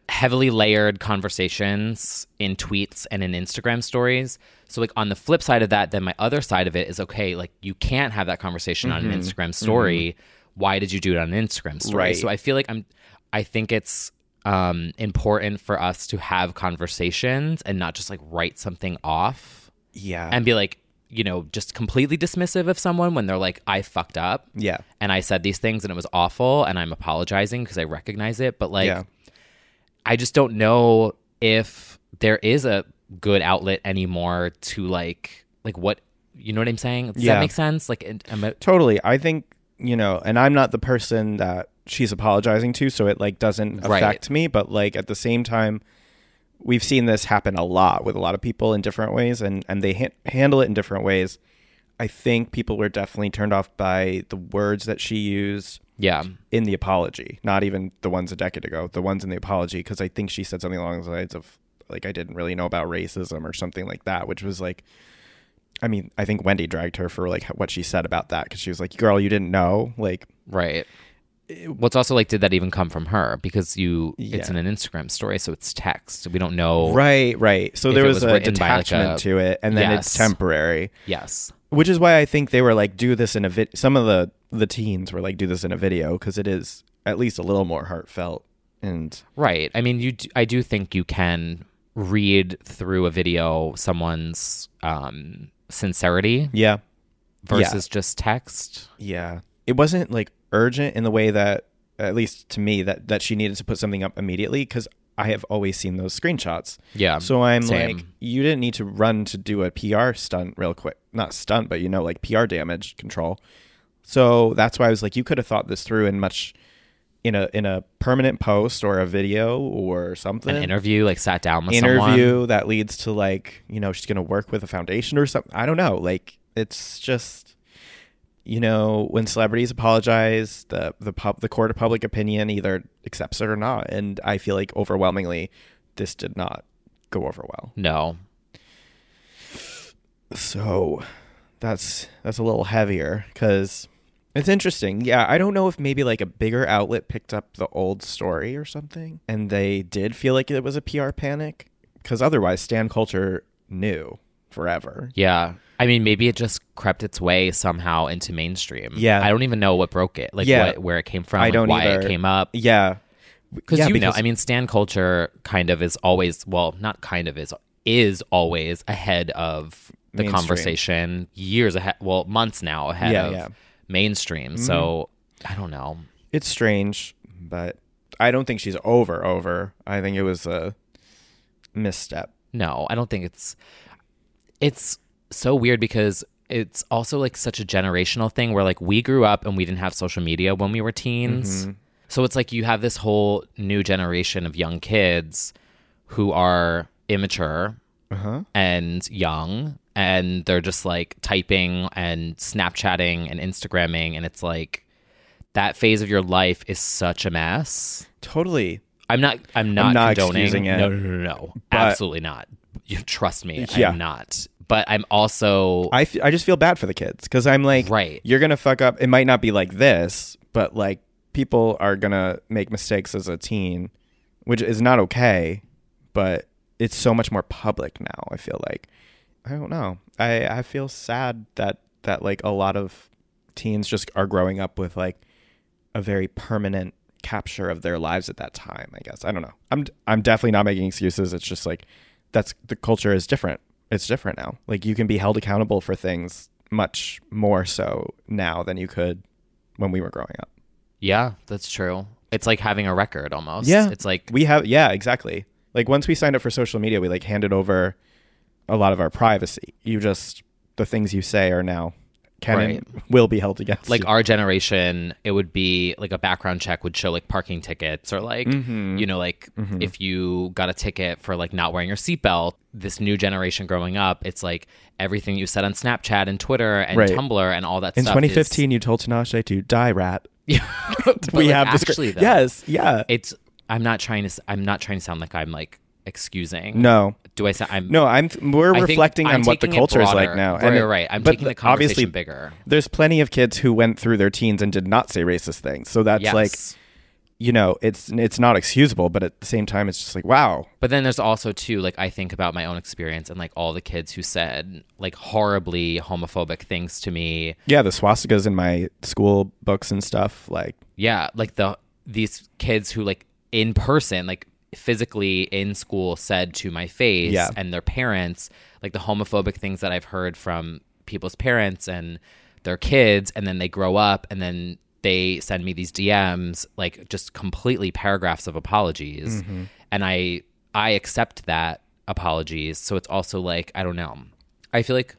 Speaker 3: heavily layered conversations in tweets and in Instagram stories. So, like, on the flip side of that, then my other side of it is okay, like, you can't have that conversation on an Instagram story. Why did you do it on an Instagram story?
Speaker 2: Right.
Speaker 3: So, I feel like I'm, I think it's, um, important for us to have conversations and not just like write something off
Speaker 2: yeah,
Speaker 3: and be like, you know, just completely dismissive of someone when they're like, I fucked up
Speaker 2: yeah,
Speaker 3: and I said these things and it was awful and I'm apologizing because I recognize it. But like,
Speaker 2: Yeah.
Speaker 3: I just don't know if there is a good outlet anymore to like, like what, you know what I'm saying? Does
Speaker 2: Yeah.
Speaker 3: that make sense? Like, it- I'm a,
Speaker 2: totally. I think you know, and I'm not the person that she's apologizing to, so it like doesn't affect
Speaker 3: Right.
Speaker 2: me. But like at the same time, we've seen this happen a lot with a lot of people in different ways, and and they ha- handle it in different ways. I think people were definitely turned off by the words that she used
Speaker 3: yeah.
Speaker 2: in the apology, not even the ones a decade ago, the ones in the apology, because I think she said something along the lines of, like, I didn't really know about racism or something like that, which was like, I mean, I think Wendy dragged her for like what she said about that because she was like, girl, you didn't know. Like,
Speaker 3: Right. What's also like, did that even come from her? Because you, it's
Speaker 2: Yeah.
Speaker 3: in an Instagram story, so it's text. We don't know.
Speaker 2: right, right. So
Speaker 3: If
Speaker 2: there
Speaker 3: it
Speaker 2: was,
Speaker 3: was
Speaker 2: a
Speaker 3: written by, like,
Speaker 2: detachment
Speaker 3: a-
Speaker 2: to it, and then it's
Speaker 3: Yes.
Speaker 2: temporary.
Speaker 3: Yes.
Speaker 2: which is why I think they were like, do this in a vid. Some of the the teens were like, do this in a video because it is at least a little more heartfelt. And
Speaker 3: Right. I mean, you. d I I do think you can read through a video someone's um, sincerity
Speaker 2: yeah,
Speaker 3: versus just text.
Speaker 2: yeah, it wasn't like urgent in the way that, at least to me, that that she needed to put something up immediately because I have always seen those screenshots.
Speaker 3: Yeah.
Speaker 2: So I'm
Speaker 3: same.
Speaker 2: like, you didn't need to run to do a PR stunt real quick. Not stunt, but you know, like PR damage control. So that's why I was like, you could have thought this through in much in a in a permanent post or a video or something.
Speaker 3: an interview, like sat down with
Speaker 2: interview
Speaker 3: someone.
Speaker 2: that leads to like, you know, she's gonna work with a foundation or something. I don't know. Like it's just you know, when celebrities apologize, the the pub the court of public opinion either accepts it or not. And I feel like overwhelmingly this did not go over well.
Speaker 3: No.
Speaker 2: So that's that's a little heavier because it's interesting. Yeah, I don't know if maybe like a bigger outlet picked up the old story or something, and they did feel like it was a PR panic because otherwise, Stan Culture knew forever.
Speaker 3: Yeah. I mean, maybe it just crept its way somehow into mainstream.
Speaker 2: Yeah.
Speaker 3: I don't even know what broke it, like
Speaker 2: Yeah.
Speaker 3: what, where it came from,
Speaker 2: I
Speaker 3: like,
Speaker 2: don't
Speaker 3: why
Speaker 2: either.
Speaker 3: it came up.
Speaker 2: Yeah,
Speaker 3: Because
Speaker 2: Yeah,
Speaker 3: you know,
Speaker 2: because-
Speaker 3: I mean, Stan culture kind of is always, well, not kind of is, is always ahead of the
Speaker 2: Mainstream.
Speaker 3: conversation, years ahead, well, months now ahead
Speaker 2: Yeah, Mm-hmm.
Speaker 3: of
Speaker 2: yeah.
Speaker 3: mainstream. So I don't know.
Speaker 2: it's strange, but I don't think she's over. Over. I think it was a misstep.
Speaker 3: No, I don't think it's it's so weird because it's also like such a generational thing where like we grew up and we didn't have social media when we were teens. So it's like you have this whole new generation of young kids who are immature and young and they're just like typing and snapchatting and instagramming and it's like that phase of your life is such a mess.
Speaker 2: Totally.
Speaker 3: I'm not. I'm not,
Speaker 2: not
Speaker 3: condoning.
Speaker 2: excusing it.
Speaker 3: No, no, no, no, no. absolutely not. You trust me.
Speaker 2: Yeah.
Speaker 3: I'm not. But I'm also.
Speaker 2: I, f- I just feel bad for the kids because I'm like,
Speaker 3: Right.
Speaker 2: you're going to fuck up. It might not be like this, but like people are going to make mistakes as a teen, which is not okay, but it's so much more public now. I feel like, I don't know. I, I feel sad that, that like a lot of teens just are growing up with like a very permanent capture of their lives at that time, I guess. I don't know. I'm, I'm definitely not making excuses. It's just like, that's the culture is different. It's different now. Like you can be held accountable for things much more so now than you could when we were growing up.
Speaker 3: yeah, that's true. It's like having a record almost. It's like
Speaker 2: we have yeah, exactly. Like once we signed up for social media, we like handed over a lot of our privacy. You just the things you say are now can and will be held against
Speaker 3: like
Speaker 2: you.
Speaker 3: our generation, it would be like a background check would show like parking tickets or like
Speaker 2: Mm-hmm.
Speaker 3: you know like if you got a ticket for like not wearing your seatbelt. This new generation growing up, it's like everything you said on Snapchat and Twitter and
Speaker 2: Right.
Speaker 3: Tumblr and all that
Speaker 2: in
Speaker 3: stuff. is-
Speaker 2: 2015 you told Tinashe to die rat.
Speaker 3: But,
Speaker 2: we
Speaker 3: like,
Speaker 2: have this
Speaker 3: actually though,
Speaker 2: Yes, yeah.
Speaker 3: it's i'm not trying to s- i'm not trying to sound like i'm like excusing
Speaker 2: no.
Speaker 3: do i sound i'm
Speaker 2: No, I'm. th- We're
Speaker 3: I think
Speaker 2: reflecting
Speaker 3: I'm
Speaker 2: on what the
Speaker 3: taking it
Speaker 2: culture is like
Speaker 3: broader.
Speaker 2: now.
Speaker 3: Right,
Speaker 2: it-
Speaker 3: right. I'm
Speaker 2: but
Speaker 3: taking the
Speaker 2: obviously,
Speaker 3: conversation bigger.
Speaker 2: There's plenty of kids who went through their teens and did not say racist things. So that's
Speaker 3: yes.
Speaker 2: like, you know, it's it's not excusable, but at the same time, it's just like, wow,
Speaker 3: but then there's also too like i think about my own experience and like all the kids who said like horribly homophobic things to me
Speaker 2: yeah, the swastikas in my school books and stuff. Like,
Speaker 3: yeah like the these kids who like in person like physically in school said to my face
Speaker 2: Yeah.
Speaker 3: and their parents like the homophobic things that i've heard from people's parents and their kids and then they grow up and then they send me these dms like just completely paragraphs of apologies and i i accept that apologies so it's also like i don't know i feel like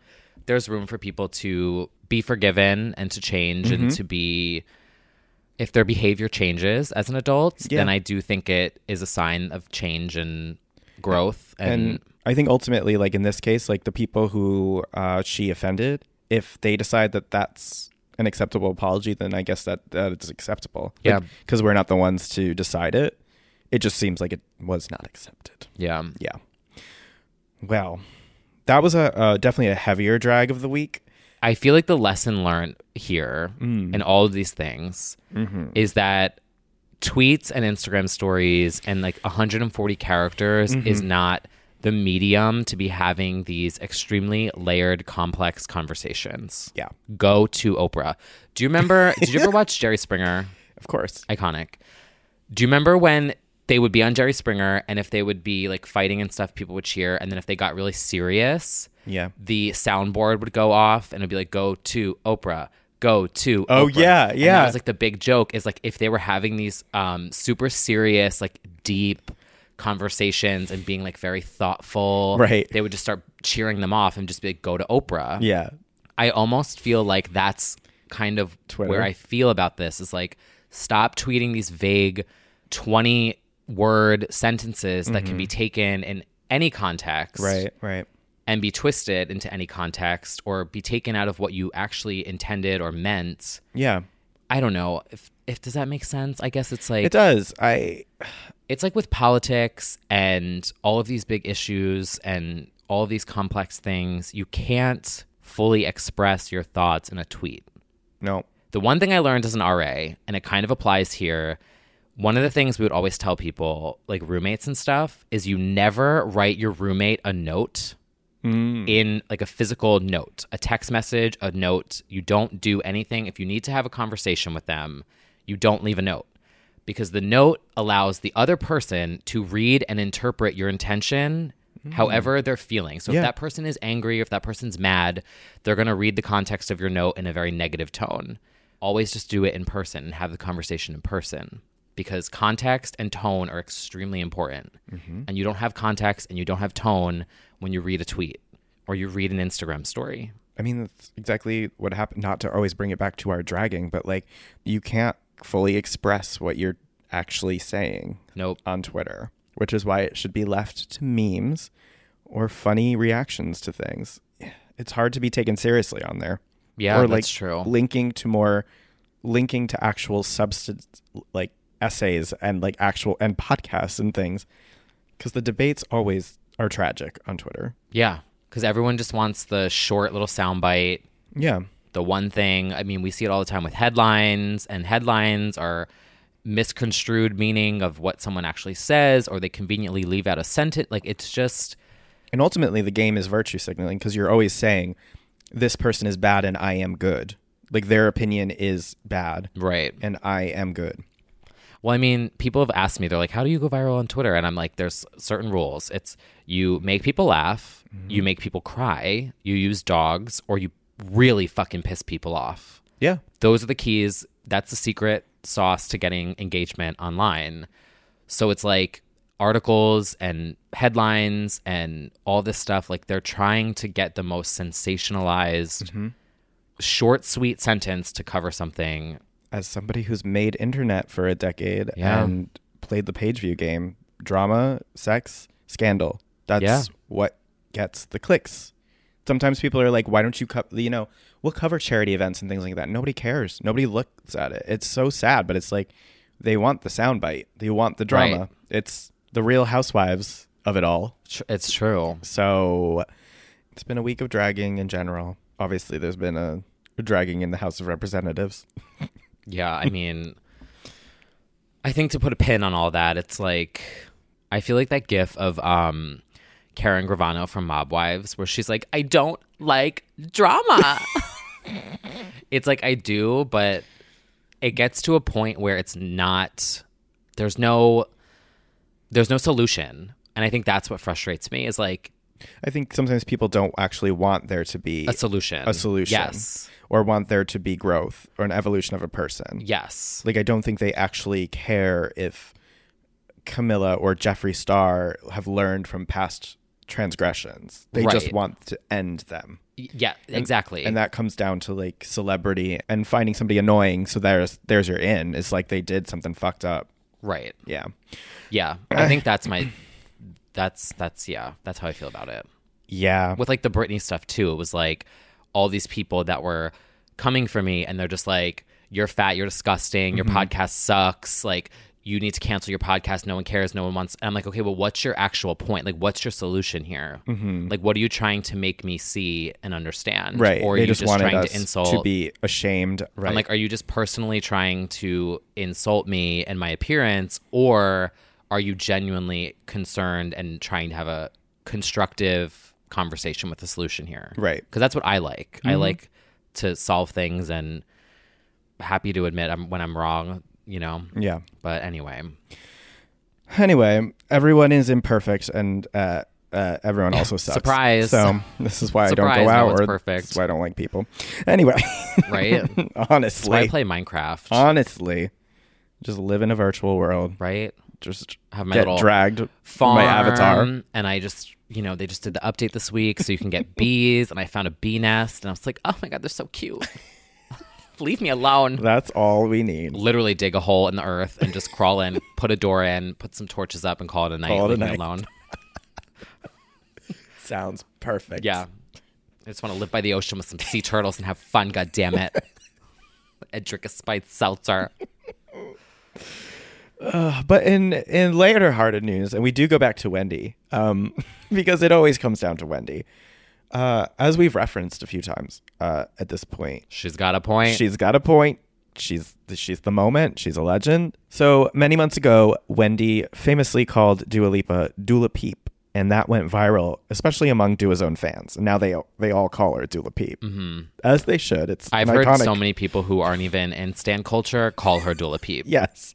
Speaker 3: there's room for people to be forgiven and to change and to be if their behavior changes as an adult,
Speaker 2: Yeah.
Speaker 3: then I do think it is a sign of change and growth. And,
Speaker 2: and I think ultimately, like in this case, like the people who uh, she offended, if they decide that that's an acceptable apology, then I guess that that it's acceptable.
Speaker 3: Yeah.
Speaker 2: because we're not the ones to decide it. It just seems like it was not accepted.
Speaker 3: yeah,
Speaker 2: Yeah. Well, that was a uh, definitely a heavier drag of the week.
Speaker 3: I feel like the lesson learned here in all of these things is that tweets and Instagram stories and like 140 characters is not the medium to be having these extremely layered, complex conversations.
Speaker 2: Yeah,
Speaker 3: Go to Oprah. Do you remember? did you ever watch Jerry Springer?
Speaker 2: of course.
Speaker 3: iconic. Do you remember when they would be on Jerry Springer and if they would be like fighting and stuff, people would cheer. And then if they got really serious,
Speaker 2: Yeah.
Speaker 3: the soundboard would go off and it'd be like, go to Oprah. Go to
Speaker 2: Oh,
Speaker 3: Oprah."
Speaker 2: yeah,
Speaker 3: And
Speaker 2: yeah.
Speaker 3: that was like the big joke is like if they were having these um super serious like deep conversations and being like very thoughtful,
Speaker 2: Right.
Speaker 3: They would just start cheering them off and just be like, go to Oprah.
Speaker 2: Yeah.
Speaker 3: I almost feel like that's kind of
Speaker 2: Twitter.
Speaker 3: where I feel about this is like stop tweeting these vague 20 word sentences that can be taken in any context
Speaker 2: Mm-hmm. Right. Right.
Speaker 3: and be twisted into any context or be taken out of what you actually intended or meant.
Speaker 2: Yeah.
Speaker 3: I don't know if if does that make sense? I guess it's like
Speaker 2: It does. I
Speaker 3: it's like with politics and all of these big issues and all these complex things. You can't fully express your thoughts in a tweet.
Speaker 2: No.
Speaker 3: The one thing I learned as an RA, and it kind of applies here, one of the things we would always tell people, like roommates and stuff, is you never write your roommate a note
Speaker 2: Mm.
Speaker 3: in like a physical note, a text message, a note. You don't do anything. If you need to have a conversation with them, you don't leave a note because the note allows the other person to read and interpret your intention however they're feeling. So
Speaker 2: Yeah.
Speaker 3: if that person is angry, if that person's mad, they're going to read the context of your note in a very negative tone. Always just do it in person and have the conversation in person because context and tone are extremely important. And you don't have context and you don't have tone when you read a tweet or you read an Instagram story.
Speaker 2: I mean, that's exactly what happened. Not to always bring it back to our dragging, but like you can't fully express what you're actually saying
Speaker 3: Nope.
Speaker 2: on Twitter, which is why it should be left to memes or funny reactions to things. It's hard to be taken seriously on there.
Speaker 3: Yeah,
Speaker 2: or
Speaker 3: that's
Speaker 2: like
Speaker 3: true.
Speaker 2: linking to more linking to actual substance like essays and like actual and podcasts and things because the debates always are tragic on Twitter.
Speaker 3: Yeah, because everyone just wants the short little soundbite.
Speaker 2: Yeah.
Speaker 3: the one thing i mean we see it all the time with headlines and headlines are misconstrued meaning of what someone actually says or they conveniently leave out a sentence like it's just
Speaker 2: And ultimately, the game is virtue signaling because you're always saying, this person is bad and I am good. Like their opinion is bad
Speaker 3: right
Speaker 2: and I am good.
Speaker 3: well i mean people have asked me they're like how do you go viral on twitter and i'm like there's certain rules it's you make people laugh you make people cry you use dogs or you really fucking piss people off
Speaker 2: Yeah.
Speaker 3: those are the keys. That's the secret sauce to getting engagement online. So it's like articles and headlines and all this stuff. Like they're trying to get the most sensationalized, short, sweet sentence to cover something.
Speaker 2: As somebody who's made internet for a decade
Speaker 3: Yeah.
Speaker 2: and played the page view game, drama, sex, scandal. That's
Speaker 3: Yeah.
Speaker 2: what gets the clicks. Sometimes people are like, why don't you cover, you know, we'll cover charity events and things like that. Nobody cares. Nobody looks at it. It's so sad, but it's like they want the soundbite, they want the drama.
Speaker 3: Right.
Speaker 2: It's the real housewives of it all.
Speaker 3: Tr- It's true.
Speaker 2: So it's been a week of dragging in general. Obviously, there's been a dragging in the House of Representatives.
Speaker 3: Yeah. I mean, I think to put a pin on all that, it's like, I feel like that gif of, um, Karen Gravano from Mob Wives, where she's like, I don't like drama. it's like I do, but it gets to a point where it's not there's no there's no solution. And I think that's what frustrates me is like
Speaker 2: I think sometimes people don't actually want there to be
Speaker 3: a solution.
Speaker 2: a solution.
Speaker 3: Yes.
Speaker 2: Or want there to be growth or an evolution of a person.
Speaker 3: Yes.
Speaker 2: Like, I don't think they actually care if Camilla or Jeffree Star have learned from past transgressions. They just
Speaker 3: Right.
Speaker 2: want to end them.
Speaker 3: Y- Yeah, exactly.
Speaker 2: and that comes down to like celebrity and finding somebody annoying so there's there's your in it's like they did something fucked up
Speaker 3: right.
Speaker 2: yeah
Speaker 3: Yeah. I think that's my that's that's yeah, that's how I feel about it.
Speaker 2: yeah
Speaker 3: with like the Britney stuff too. It was like all these people that were coming for me, and they're just like, "You're fat. You're disgusting.
Speaker 2: Mm-hmm.
Speaker 3: Your podcast sucks. Like." You need to cancel your podcast. No one cares. No one wants. And I'm like, okay, well, what's your actual point? Like, what's your solution here? Like, what are you trying to make me see and understand?
Speaker 2: Mm-hmm. right
Speaker 3: Or are
Speaker 2: they
Speaker 3: you
Speaker 2: just,
Speaker 3: just,
Speaker 2: wanted
Speaker 3: trying
Speaker 2: us
Speaker 3: to insult?
Speaker 2: to be ashamed right
Speaker 3: I'm like, are you just personally trying to insult me and my appearance, or are you genuinely concerned and trying to have a constructive conversation with the solution here?
Speaker 2: Right. Mm-hmm.
Speaker 3: Because that's what I like. I like to solve things and happy to admit I'm, when I'm wrong, you know?
Speaker 2: yeah
Speaker 3: But anyway,
Speaker 2: anyway everyone is imperfect and uh uh, everyone also sucks.
Speaker 3: Surprise.
Speaker 2: So this is why I don't
Speaker 3: Surprise,
Speaker 2: go
Speaker 3: no
Speaker 2: out.
Speaker 3: one's
Speaker 2: or
Speaker 3: perfect.
Speaker 2: This is why I don't like people. Anyway,
Speaker 3: right? That's why I
Speaker 2: honestly,
Speaker 3: play Minecraft,
Speaker 2: honestly, just live in a virtual world.
Speaker 3: right?
Speaker 2: Just
Speaker 3: Have my
Speaker 2: get
Speaker 3: little
Speaker 2: dragged.
Speaker 3: farm,
Speaker 2: My avatar.
Speaker 3: and I just you know they just did the update this week, so you can get bees, and I found a bee nest, and I was like, oh my god, they're so cute. Leave me alone.
Speaker 2: That's all we need.
Speaker 3: Literally dig a hole in the earth and just crawl in, put a door in, put some torches up, and call it a night.
Speaker 2: Call it a
Speaker 3: Leave me
Speaker 2: night.
Speaker 3: alone.
Speaker 2: Sounds perfect.
Speaker 3: Yeah, I just want to live by the ocean with some sea turtles and have fun. God damn it. And drink a spiced seltzer.
Speaker 2: Uh, but in in later hearted news, and we do go back to Wendy um, because it always comes down to Wendy. Uh, as we've referenced a few times uh, at this point,
Speaker 3: she's got a point.
Speaker 2: She's got a point. She's she's the moment. She's a legend. So many months ago, Wendy famously called Dua Lipa Dula Peep, and that went viral, especially among Dua's own fans. And now they they all call her Dula Peep,
Speaker 3: Mhm.
Speaker 2: as they should. It's
Speaker 3: I've
Speaker 2: an
Speaker 3: heard
Speaker 2: iconic
Speaker 3: so many people who aren't even in stan culture call her Dula Peep.
Speaker 2: yes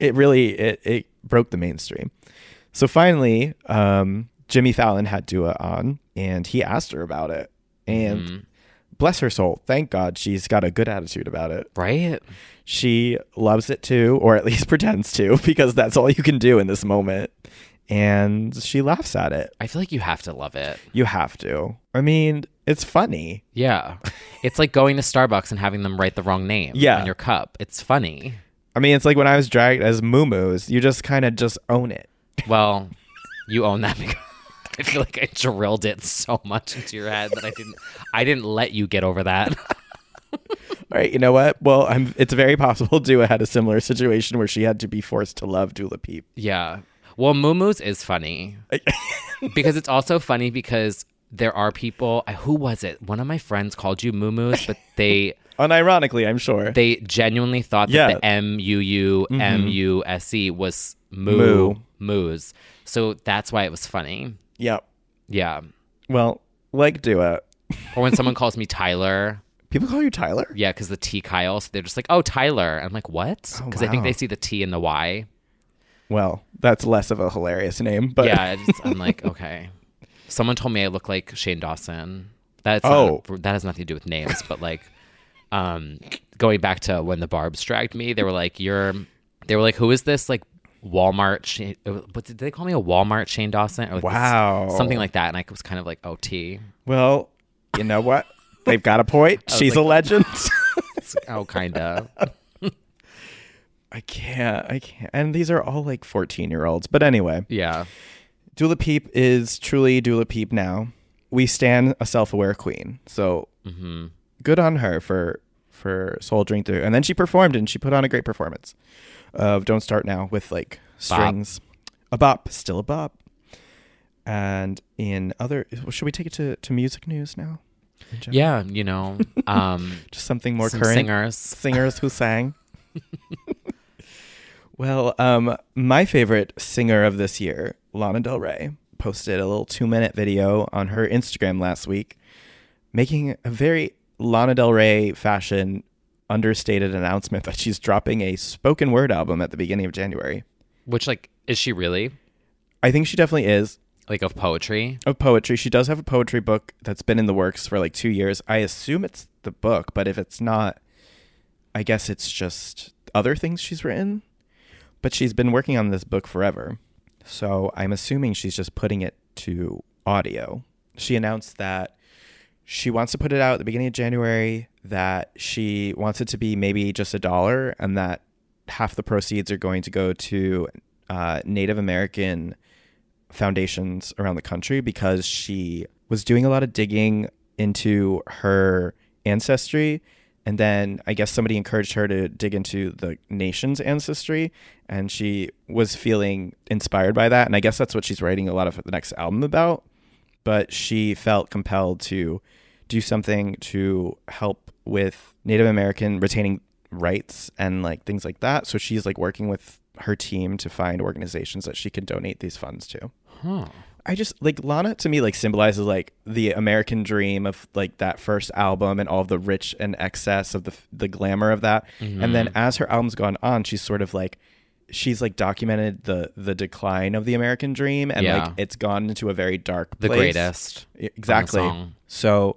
Speaker 2: it really it, it broke the mainstream so finally um, jimmy fallon had dua on and he asked her about it and
Speaker 3: Mm-hmm.
Speaker 2: bless her soul thank god she's got a good attitude about it
Speaker 3: right
Speaker 2: she loves it too or at least pretends to because that's all you can do in this moment and she laughs at it
Speaker 3: I feel like you have to love it.
Speaker 2: you have to i mean it's funny
Speaker 3: Yeah. it's like going to Starbucks and having them write the wrong name
Speaker 2: Yeah.
Speaker 3: on your cup. It's funny.
Speaker 2: i mean it's like when i was dragged as moo you just kind of just own it
Speaker 3: Well, you own that because I feel like I drilled it so much into your head that I didn't I didn't let you get over that.
Speaker 2: All right, you know what? Well, I'm, it's very possible Dua had a similar situation where she had to be forced to love Dula Peep.
Speaker 3: Yeah. Well, Moomoo's is funny because it's also funny because there are people. Who was it? One of my friends called you Moomoo's, but they
Speaker 2: Unironically, I'm sure.
Speaker 3: they genuinely thought that
Speaker 2: Yeah.
Speaker 3: the M U U M U S E was
Speaker 2: Moo.
Speaker 3: moo moos. So that's why it was funny.
Speaker 2: yep.
Speaker 3: Yeah.
Speaker 2: Well, like Dua,
Speaker 3: Or when someone calls me Tyler,
Speaker 2: people call you Tyler.
Speaker 3: yeah, because the T Kyle, so they're just like, oh Tyler. I'm like, what?
Speaker 2: Oh,
Speaker 3: Because I think
Speaker 2: wow.
Speaker 3: they see the T and the Y.
Speaker 2: Well, that's less of a hilarious name, but
Speaker 3: yeah, I just, I'm like, okay. Someone told me I look like Shane Dawson. That's
Speaker 2: Oh.
Speaker 3: not, that has nothing to do with names, but like, um, going back to when the Barb's dragged me, they were like, "You're," they were like, "Who is this?" Like Walmart. Shane, what did they call me? A Walmart Shane Dawson? Or like this-
Speaker 2: Wow.
Speaker 3: something like that. And I was kind of like, "Oh, T."
Speaker 2: well, you know what? They've got a point.
Speaker 3: was
Speaker 2: She's a
Speaker 3: like-
Speaker 2: legend.
Speaker 3: It's like, oh, kind of.
Speaker 2: I can't. I can't. And these are all like 14 year olds. But anyway,
Speaker 3: Yeah.
Speaker 2: Dula Peep is truly Dula Peep now. We stand a self aware queen. So
Speaker 3: hmm
Speaker 2: good on her for for soldiering through. And then she performed and she put on a great performance of Don't Start Now with like strings. A bop, still a bop. And in other well, should we take it to, to music news now? In general?
Speaker 3: Yeah. You know, um,
Speaker 2: Just something more
Speaker 3: some
Speaker 2: current.
Speaker 3: singers.
Speaker 2: Singers who sang. well, um, my favorite singer of this year, Lana Del Rey, posted a little two minute video on her Instagram last week, making a very Lana Del Rey fashion understated announcement that she's dropping a spoken word album at the beginning of January.
Speaker 3: Which like is she really
Speaker 2: I think she definitely is
Speaker 3: like of poetry?
Speaker 2: of poetry. She does have a poetry book that's been in the works for like two years. I assume it's the book, but if it's not, I guess it's just other things she's written. But she's been working on this book forever. So I'm assuming she's just putting it to audio. She announced that she wants to put it out at the beginning of January, that she wants it to be maybe just a dollar, and that half the proceeds are going to go to uh, Native American foundations around the country because she was doing a lot of digging into her ancestry. And then I guess somebody encouraged her to dig into the nation's ancestry. And she was feeling inspired by that. And I guess that's what she's writing a lot of the next album about. But she felt compelled to do something to help with Native American retaining rights and like things like that. So she's like working with her team to find organizations that she can donate these funds to.
Speaker 3: Huh.
Speaker 2: I just like Lana to me like symbolizes like the American dream of like that first album and all of the rich and excess of the the glamour of that.
Speaker 3: Mm-hmm.
Speaker 2: And then as her album's gone on, she's sort of like she's like documented the the decline of the American dream and
Speaker 3: Yeah.
Speaker 2: like it's gone into a very dark
Speaker 3: The
Speaker 2: place.
Speaker 3: greatest.
Speaker 2: Y- Exactly.
Speaker 3: song.
Speaker 2: So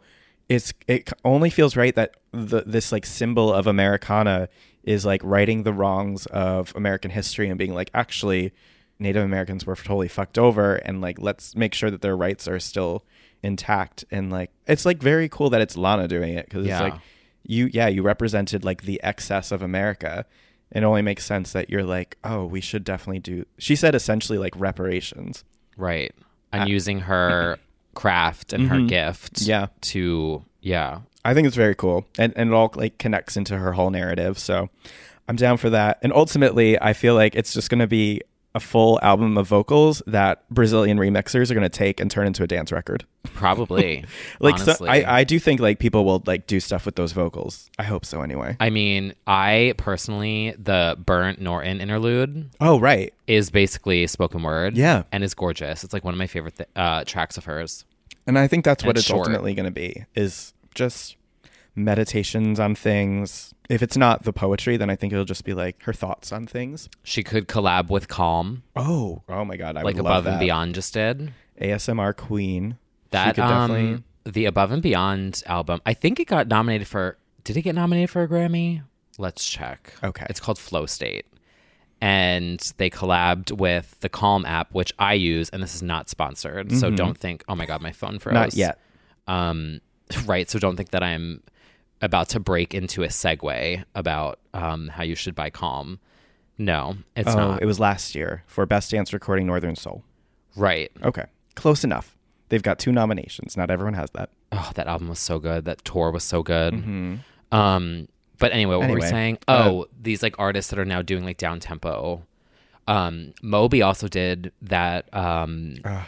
Speaker 2: it's it c- only feels right that the, this like symbol of Americana is like righting the wrongs of American history and being like actually Native Americans were totally fucked over and like let's make sure that their rights are still intact and like it's like very cool that it's Lana doing it because
Speaker 3: Yeah.
Speaker 2: it's like you yeah you represented like the excess of America. It only makes sense that you're like, oh, we should definitely do. She said essentially like reparations.
Speaker 3: Right.
Speaker 2: Uh,
Speaker 3: And using her craft and her gift
Speaker 2: Mm-hmm. Yeah.
Speaker 3: to yeah.
Speaker 2: I think it's very cool, and and it all like connects into her whole narrative. So, I'm down for that. And ultimately, I feel like it's just going to be a full album of vocals that Brazilian remixers are going to take and turn into a dance record.
Speaker 3: Probably.
Speaker 2: like so,
Speaker 3: honestly.
Speaker 2: I I do think like people will like do stuff with those vocals. I hope so anyway.
Speaker 3: I mean, I personally, the Burnt Norton interlude.
Speaker 2: Oh right.
Speaker 3: Is basically spoken word.
Speaker 2: Yeah.
Speaker 3: And is gorgeous. It's like one of my favorite th- uh, tracks of hers.
Speaker 2: And I think that's
Speaker 3: And
Speaker 2: what
Speaker 3: it's
Speaker 2: it's,
Speaker 3: short.
Speaker 2: ultimately going to be is just meditations on things. If it's not the poetry, then I think it'll just be like her thoughts on things.
Speaker 3: She could collab with Calm,
Speaker 2: Oh, oh my god, I
Speaker 3: like
Speaker 2: would
Speaker 3: Above
Speaker 2: love
Speaker 3: and
Speaker 2: that.
Speaker 3: Beyond just did.
Speaker 2: ASMR queen. She
Speaker 3: That
Speaker 2: could
Speaker 3: um,
Speaker 2: definitely-
Speaker 3: the Above and Beyond album. I think it got nominated for. Did it get nominated for a Grammy? Let's check.
Speaker 2: Okay.
Speaker 3: It's called Flow State, and they collabed with the Calm app, which I use, and this is not sponsored, so don't think. Oh my god, my phone froze.
Speaker 2: Mm-hmm. Not yet.
Speaker 3: Um, right. So don't think that I'm about to break into a segue about um, how you should buy Calm. No, it's
Speaker 2: oh,
Speaker 3: not.
Speaker 2: it was last year for Best Dance Recording Northern Soul.
Speaker 3: right.
Speaker 2: Okay. Close enough. They've got two nominations. Not everyone has that.
Speaker 3: Oh, that album was so good. That tour was so good. Um, but anyway, what were
Speaker 2: Mm-hmm.
Speaker 3: we
Speaker 2: Anyway,
Speaker 3: saying?
Speaker 2: uh,
Speaker 3: Oh, these like artists that are now doing like down tempo. Um, Moby also did that. Um,
Speaker 2: Uh,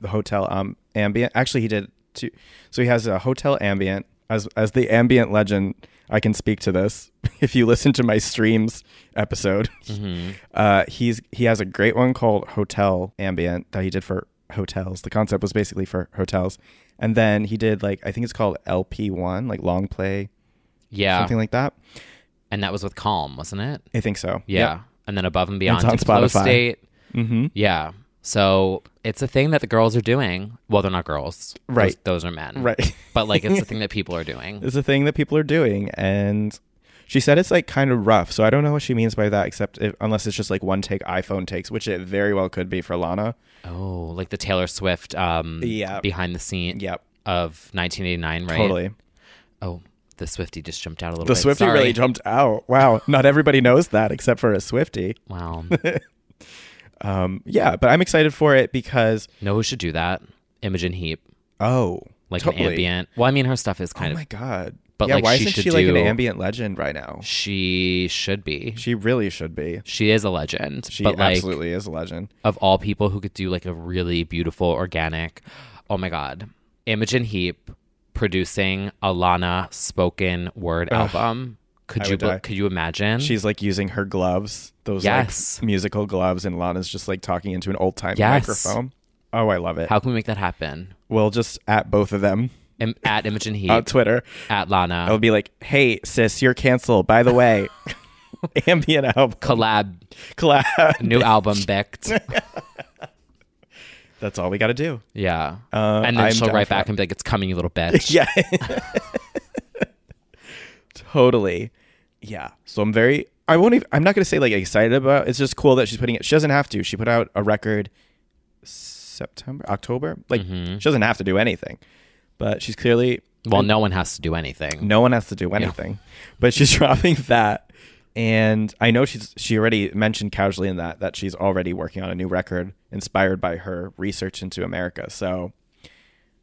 Speaker 2: The hotel um ambient. Actually, he did two. So he has a hotel ambient. As as the ambient legend, I can speak to this. If you listen to my streams episode,
Speaker 3: Mm-hmm.
Speaker 2: uh, he's he has a great one called Hotel Ambient that he did for hotels. The concept was basically for hotels, and then he did like I think it's called LP one, like long play,
Speaker 3: yeah,
Speaker 2: something like that.
Speaker 3: and that was with Calm, wasn't it?
Speaker 2: I think so.
Speaker 3: Yeah,
Speaker 2: Yep.
Speaker 3: and then Above and Beyond
Speaker 2: on
Speaker 3: did Flow
Speaker 2: Spotify.
Speaker 3: State. Mm-hmm. Yeah, so it's a thing that the girls are doing. Well, they're not girls, Those-
Speaker 2: Right.
Speaker 3: Those, are men,
Speaker 2: Right.
Speaker 3: But like, it's a thing that people are doing.
Speaker 2: is a thing that people are doing and she said it's like kind of rough so i don't know what she means by that except if, unless it's just like one take iphone takes which it very well could be for lana
Speaker 3: Oh, like the Taylor Swift, um,
Speaker 2: Yeah.
Speaker 3: behind the scene,
Speaker 2: Yep.
Speaker 3: of 1989, right?
Speaker 2: totally
Speaker 3: Oh, the Swifty just jumped out a little
Speaker 2: the
Speaker 3: bit.
Speaker 2: swifty
Speaker 3: Sorry.
Speaker 2: really jumped out wow not everybody knows that except for a swifty
Speaker 3: Wow.
Speaker 2: yeah but i'm excited for it because
Speaker 3: no, who should do that? Imogen Heap,
Speaker 2: oh
Speaker 3: like
Speaker 2: totally.
Speaker 3: an ambient. Well, I mean, her stuff is kind
Speaker 2: oh
Speaker 3: of.
Speaker 2: my god
Speaker 3: But,
Speaker 2: yeah
Speaker 3: like,
Speaker 2: why
Speaker 3: she
Speaker 2: isn't she
Speaker 3: should
Speaker 2: like an
Speaker 3: do-
Speaker 2: ambient legend right now
Speaker 3: She should be.
Speaker 2: she really should be
Speaker 3: She is a legend.
Speaker 2: she
Speaker 3: but like,
Speaker 2: absolutely is a legend
Speaker 3: of all people who could do like a really beautiful organic. Oh my god, Imogen Heap producing a Lana spoken word album. Could
Speaker 2: I
Speaker 3: you
Speaker 2: would
Speaker 3: bel-
Speaker 2: die.
Speaker 3: could you imagine?
Speaker 2: She's like using her gloves, those
Speaker 3: Mm-hmm. Yes.
Speaker 2: like musical gloves, and Lana's just like talking into an old time
Speaker 3: Yes.
Speaker 2: microphone. Oh, I love it.
Speaker 3: How can we make that happen?
Speaker 2: we'll just at both of them
Speaker 3: Im- at Imogen Heap,
Speaker 2: on Twitter.
Speaker 3: at Lana,
Speaker 2: I'll be like, "Hey, sis, you're canceled. By the way, ambient album
Speaker 3: collab,
Speaker 2: collab."
Speaker 3: new album, Becked.
Speaker 2: That's all we got to do.
Speaker 3: Yeah.
Speaker 2: Uh,
Speaker 3: and then
Speaker 2: I'm
Speaker 3: she'll
Speaker 2: down
Speaker 3: write
Speaker 2: for
Speaker 3: back
Speaker 2: that.
Speaker 3: and be like, it's coming, you little bitch.
Speaker 2: Yeah. totally. Yeah. So I'm very I won't even I'm not gonna say like excited about it. it's just cool that she's putting it she doesn't have to. She put out a record September, October. Like she doesn't have to do anything. But she's clearly
Speaker 3: Mm-hmm. Well, no one has to do anything.
Speaker 2: no one has to do anything. But she's dropping that. And I know she's she already mentioned casually in that that she's already working on a new record inspired by her research into America. So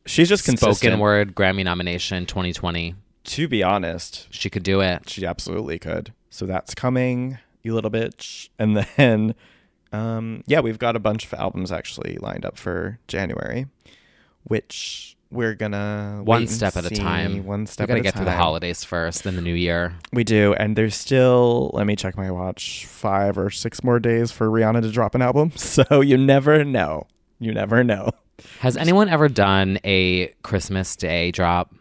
Speaker 2: she's just consistent.
Speaker 3: Spoken word Grammy nomination 2020.
Speaker 2: To be honest,
Speaker 3: She could do it.
Speaker 2: She absolutely could. So that's coming, you little bitch. And then, um, yeah, we've got a bunch of albums actually lined up for January, which we're gonna wait
Speaker 3: One
Speaker 2: and
Speaker 3: step at a
Speaker 2: see.
Speaker 3: time.
Speaker 2: One step
Speaker 3: We gotta
Speaker 2: at
Speaker 3: get
Speaker 2: a
Speaker 3: through the
Speaker 2: time.
Speaker 3: holidays first, then the new year.
Speaker 2: We do, and there's still. Let me check my watch. Five or six more days for Rihanna to drop an album. So you never know. You never know.
Speaker 3: Has anyone ever done a Christmas Day drop?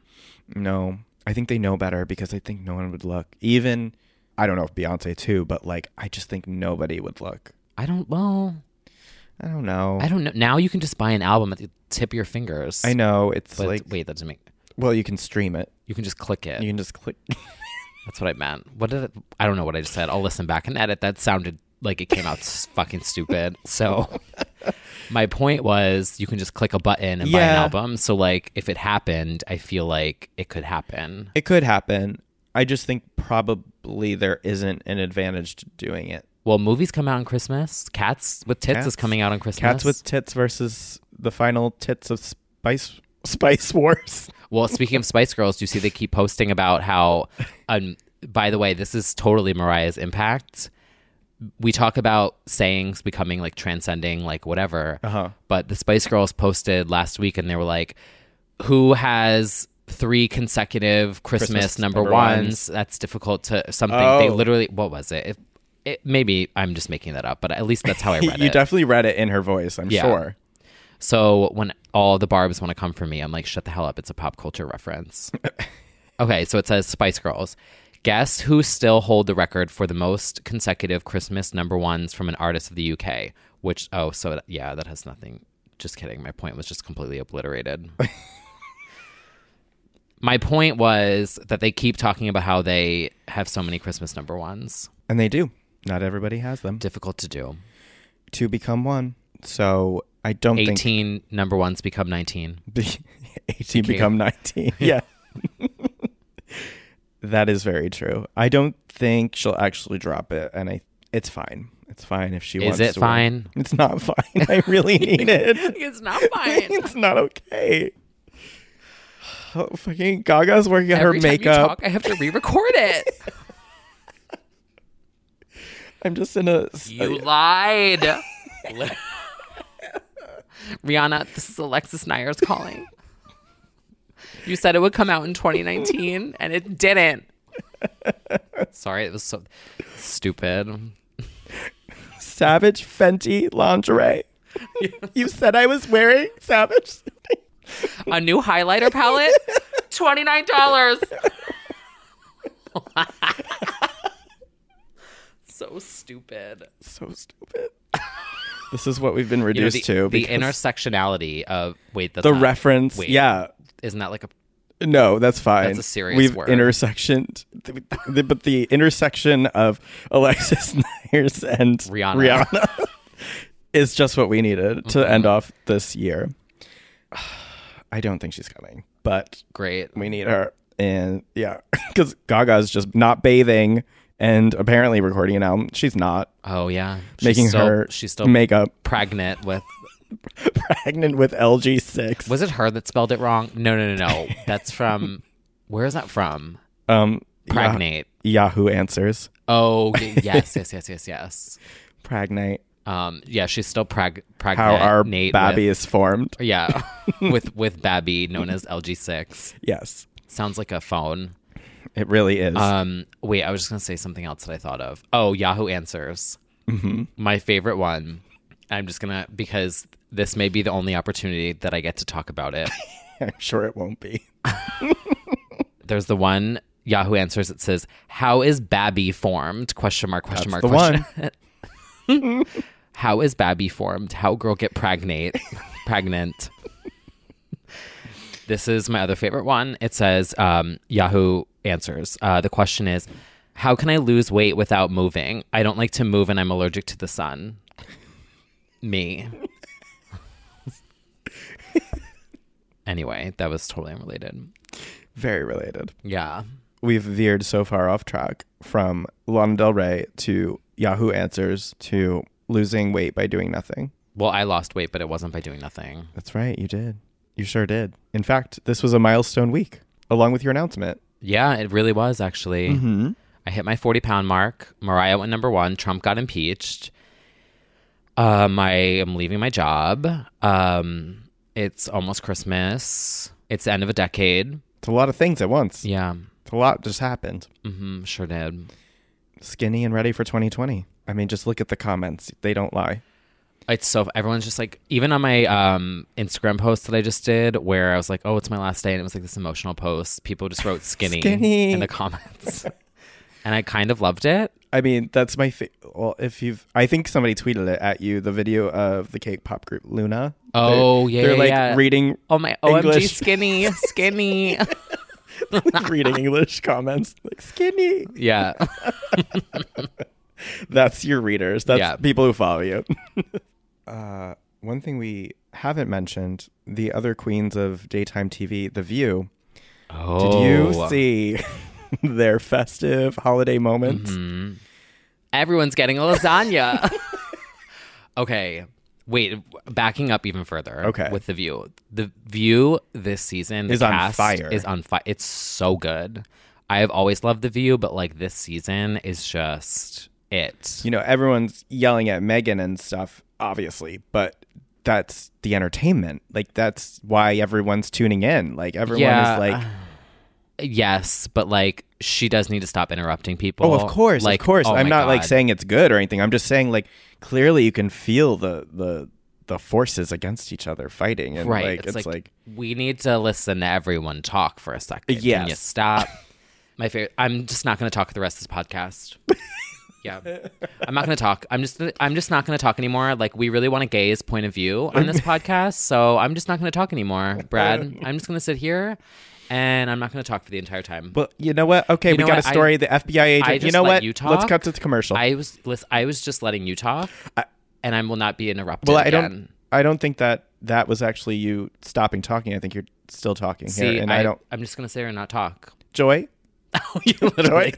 Speaker 2: No, I think they know better because I think no one would look. Even I don't know if Beyonce too, but like I just think nobody would look.
Speaker 3: I don't. Well,
Speaker 2: I don't know.
Speaker 3: I don't know. Now you can just buy an album at the tip of your fingers.
Speaker 2: I know it's
Speaker 3: But
Speaker 2: like
Speaker 3: wait, that doesn't make.
Speaker 2: well, you can stream it.
Speaker 3: You can just click it.
Speaker 2: You can just click.
Speaker 3: That's what I meant. What did it, I don't know what I just said. I'll listen back and edit. That sounded like it came out s- fucking stupid. So my point was you can just click a button and buy an
Speaker 2: Yeah.
Speaker 3: album. So like if it happened, I feel like it could happen.
Speaker 2: it could happen. I just think probably there isn't an advantage to doing it.
Speaker 3: Well, movies come out on Christmas. Cats with Tits is
Speaker 2: Cats-
Speaker 3: coming out on Christmas.
Speaker 2: Cats with tits versus the final tits of Spice Spice Wars.
Speaker 3: Well, speaking of Spice Girls, do you see they keep posting about how um, by the way, this is totally Mariah's impact. We talk about sayings becoming like transcending, like whatever.
Speaker 2: Uh-huh.
Speaker 3: But the Spice Girls posted last week and they were like, who has three consecutive Christmas,
Speaker 2: Christmas
Speaker 3: number,
Speaker 2: number
Speaker 3: ones?
Speaker 2: ones.
Speaker 3: That's difficult to something. They
Speaker 2: Oh.
Speaker 3: literally, what was it? it? It, maybe I'm just making that up, but at least that's how I read
Speaker 2: you
Speaker 3: it.
Speaker 2: definitely read it in her voice, I'm
Speaker 3: Yeah.
Speaker 2: sure.
Speaker 3: So when all the barbs want to come for me, I'm like, shut the hell up. It's a pop culture reference. okay, so it says Spice Girls. Guess who still hold the record for the most consecutive Christmas number ones from an artist of the UK? Which, oh, so that- yeah, that has nothing. Just kidding. My point was just completely obliterated. My point was that they keep talking about how they have so many Christmas number ones.
Speaker 2: And they do. Not everybody has them.
Speaker 3: Difficult to do.
Speaker 2: to become one. So I don't think
Speaker 3: 18 number ones become 19.
Speaker 2: 18 become 19. Yeah. that is very true. I don't think she'll actually drop it and I it's fine. It's fine if she
Speaker 3: Is
Speaker 2: wants
Speaker 3: it
Speaker 2: to
Speaker 3: fine?
Speaker 2: Win. It's not fine. I really need it.
Speaker 3: It's not
Speaker 2: it's not okay. Oh, fucking Gaga's working on her makeup.
Speaker 3: I have to re-record it.
Speaker 2: I'm just in a s-
Speaker 3: you lied. Rihanna, this is Alexis Nyers calling. You said it would come out in 2019 and it didn't. Sorry, it was so stupid.
Speaker 2: Savage Fenty lingerie. you said I was wearing Savage.
Speaker 3: A new highlighter palette? $29. so stupid.
Speaker 2: so stupid. this is what we've been
Speaker 3: You know,
Speaker 2: reduced
Speaker 3: the,
Speaker 2: to.
Speaker 3: the
Speaker 2: because
Speaker 3: intersectionality of wait that's
Speaker 2: the
Speaker 3: not-
Speaker 2: reference.
Speaker 3: wait,
Speaker 2: Yeah.
Speaker 3: isn't that like a
Speaker 2: No, that's fine.
Speaker 3: a serious
Speaker 2: We've
Speaker 3: word.
Speaker 2: intersectioned, the- but the intersection of Alexis Nyers and
Speaker 3: Rihanna. Mm-hmm.
Speaker 2: Rihanna is just what we needed to end off this year. I don't think she's coming, but
Speaker 3: great
Speaker 2: we need her. And yeah, because Gaga's just not bathing and apparently recording an album. She's not
Speaker 3: Oh yeah, She's
Speaker 2: making
Speaker 3: still-
Speaker 2: her
Speaker 3: She's still
Speaker 2: makeup
Speaker 3: pregnant with.
Speaker 2: pregnant with LG6.
Speaker 3: Was it her that spelled it wrong? No, no, no, no. That's from. Where is that from?
Speaker 2: um
Speaker 3: Pregnate.
Speaker 2: Yahoo answers.
Speaker 3: Oh y- yes, yes, yes, yes, yes.
Speaker 2: Pregnant.
Speaker 3: Um, yeah, she's still preg- pregnant.
Speaker 2: How our
Speaker 3: Nate
Speaker 2: babby
Speaker 3: with-
Speaker 2: is formed.
Speaker 3: yeah, with with Babby, known as LG6.
Speaker 2: Yes.
Speaker 3: Sounds like a phone.
Speaker 2: It really is.
Speaker 3: Um, wait, I was just gonna say something else that I thought of. Oh, Yahoo Answers, mm-hmm. my favorite one. I'm just gonna because this may be the only opportunity that I get to talk about it.
Speaker 2: I'm sure it won't be.
Speaker 3: there's the one Yahoo Answers that says, "How is Babby formed?" Question mark question mark
Speaker 2: the
Speaker 3: question. How is Babby formed? How girl get pregnant? pregnant. This is my other favorite one. It says um, Yahoo Answers. Uh, the question is, "How can I lose weight without moving? I don't like to move, and I'm allergic to the sun." Me. anyway, that was totally unrelated.
Speaker 2: Very related.
Speaker 3: Yeah.
Speaker 2: We've veered so far off track from Lana Del Rey to Yahoo answers to losing weight by doing nothing.
Speaker 3: Well, I lost weight, but it wasn't by doing nothing.
Speaker 2: That's right. You did. You sure did. In fact, this was a milestone week along with your announcement.
Speaker 3: Yeah, it really was actually. I hit my 40 pound mark. Mariah went number one. Trump got impeached. Um, I am leaving my job. Um, it's almost Christmas. It's the end of a decade.
Speaker 2: It's a lot of things at once.
Speaker 3: Yeah,
Speaker 2: It's a lot just happened.
Speaker 3: mm, sure did.
Speaker 2: Skinny and ready for 2020. I mean, just look at the comments. They don't lie.
Speaker 3: It's so everyone's just like even on my um, Instagram post that I just did where I was like, "Oh, it's my last day," and it was like this emotional post. People just wrote "skinny,",
Speaker 2: Skinny.
Speaker 3: in the comments, and I kind of loved it.
Speaker 2: I mean, that's my fa- well. If you've, I think somebody tweeted it at you. The video of the cake pop group Luna.
Speaker 3: Oh,
Speaker 2: They're-
Speaker 3: yeah,
Speaker 2: they're
Speaker 3: yeah,
Speaker 2: like
Speaker 3: yeah.
Speaker 2: reading,
Speaker 3: Oh my OMG,
Speaker 2: English.
Speaker 3: skinny, skinny.
Speaker 2: reading English comments like skinny.
Speaker 3: yeah.
Speaker 2: That's your readers. That's
Speaker 3: Yeah.
Speaker 2: people who follow you. uh, one thing we haven't mentioned: the other queens of daytime TV, The View. Did
Speaker 3: Oh.
Speaker 2: you see their festive holiday moments?
Speaker 3: Mm-hmm. Everyone's getting a lasagna. okay. Wait, backing up even further.
Speaker 2: Okay.
Speaker 3: With the view. The view this season the
Speaker 2: Is on
Speaker 3: cast
Speaker 2: fire.
Speaker 3: Is on fire. It's so good. I have always loved The View, but like this season is just it.
Speaker 2: You know, everyone's yelling at Megan and stuff, obviously, but that's the entertainment. Like that's why everyone's tuning in. Like everyone
Speaker 3: Yeah.
Speaker 2: is like,
Speaker 3: Yes, but like she does need to stop interrupting people.
Speaker 2: oh, of course,
Speaker 3: like,
Speaker 2: of course.
Speaker 3: oh
Speaker 2: I'm
Speaker 3: my
Speaker 2: not like
Speaker 3: God.
Speaker 2: saying it's good or anything. I'm just saying like clearly you can feel the the the forces against each other fighting and
Speaker 3: right.
Speaker 2: like
Speaker 3: it's, like, we need to listen to everyone talk for a second. Can you
Speaker 2: Yes.
Speaker 3: stop? My favorite. I'm just not going to talk the rest of this podcast. yeah, I'm not going to talk. I'm just. I'm just not going to talk anymore. Like we really want a gay's point of view on this podcast, so I'm just not going to talk anymore, Brad. I'm just going to sit here, and I'm not going to talk for the entire time.
Speaker 2: Well, you know what? Okay,
Speaker 3: You
Speaker 2: we
Speaker 3: know
Speaker 2: got
Speaker 3: what?
Speaker 2: a
Speaker 3: I-
Speaker 2: story. the FBI agent.
Speaker 3: I
Speaker 2: you
Speaker 3: just
Speaker 2: know
Speaker 3: let
Speaker 2: what?
Speaker 3: you
Speaker 2: Let's
Speaker 3: talk.
Speaker 2: cut to the commercial.
Speaker 3: I was. Listen, I was just letting you talk, and I will not be interrupted.
Speaker 2: well, I
Speaker 3: again.
Speaker 2: don't. I don't think that that was actually you stopping talking. I think you're still talking
Speaker 3: See,
Speaker 2: here, and I, don't.
Speaker 3: I'm just gonna say or not talk.
Speaker 2: Joy.
Speaker 3: you literally.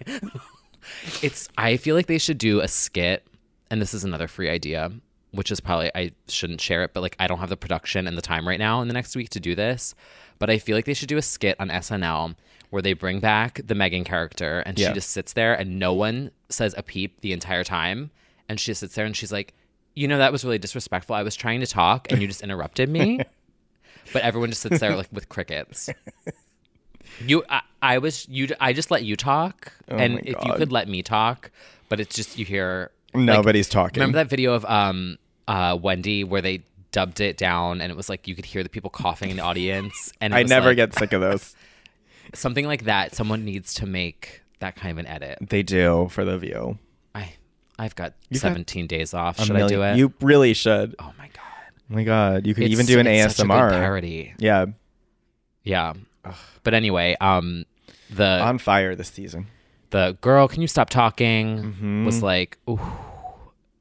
Speaker 3: it's. I feel like they should do a skit, and this is another free idea, which is probably I shouldn't share it, but like I don't have the production and the time right now in the next week to do this. But I feel like they should do a skit on SNL where they bring back the Megan character, and
Speaker 2: Yeah.
Speaker 3: she just sits there, and no one says a peep the entire time, and she just sits there, and she's like. You know that was really disrespectful. I was trying to talk and you just interrupted me. but everyone just sits there like with crickets. You, I, I was you. I just let you talk,
Speaker 2: Oh
Speaker 3: and
Speaker 2: my
Speaker 3: if you
Speaker 2: God.
Speaker 3: could let me talk, but it's just you hear
Speaker 2: Nobody's
Speaker 3: like,
Speaker 2: talking.
Speaker 3: Remember that video of um uh Wendy where they dubbed it down, and it was like you could hear the people coughing in the audience, and it
Speaker 2: I
Speaker 3: was
Speaker 2: never
Speaker 3: like,
Speaker 2: get sick of those.
Speaker 3: something like that. Someone needs to make that kind of an edit.
Speaker 2: They do for the view.
Speaker 3: I, I've got
Speaker 2: You've got
Speaker 3: seventeen days off.
Speaker 2: A
Speaker 3: Should I do
Speaker 2: million-
Speaker 3: it?
Speaker 2: You really should.
Speaker 3: Oh my god.
Speaker 2: Oh my god! You could
Speaker 3: It's-
Speaker 2: even do an
Speaker 3: it's such a good
Speaker 2: ASMR
Speaker 3: parody.
Speaker 2: Yeah,
Speaker 3: Yeah. But anyway, um, the
Speaker 2: on fire this season.
Speaker 3: the girl, can you stop talking? Was
Speaker 2: Mhm.
Speaker 3: like, ooh,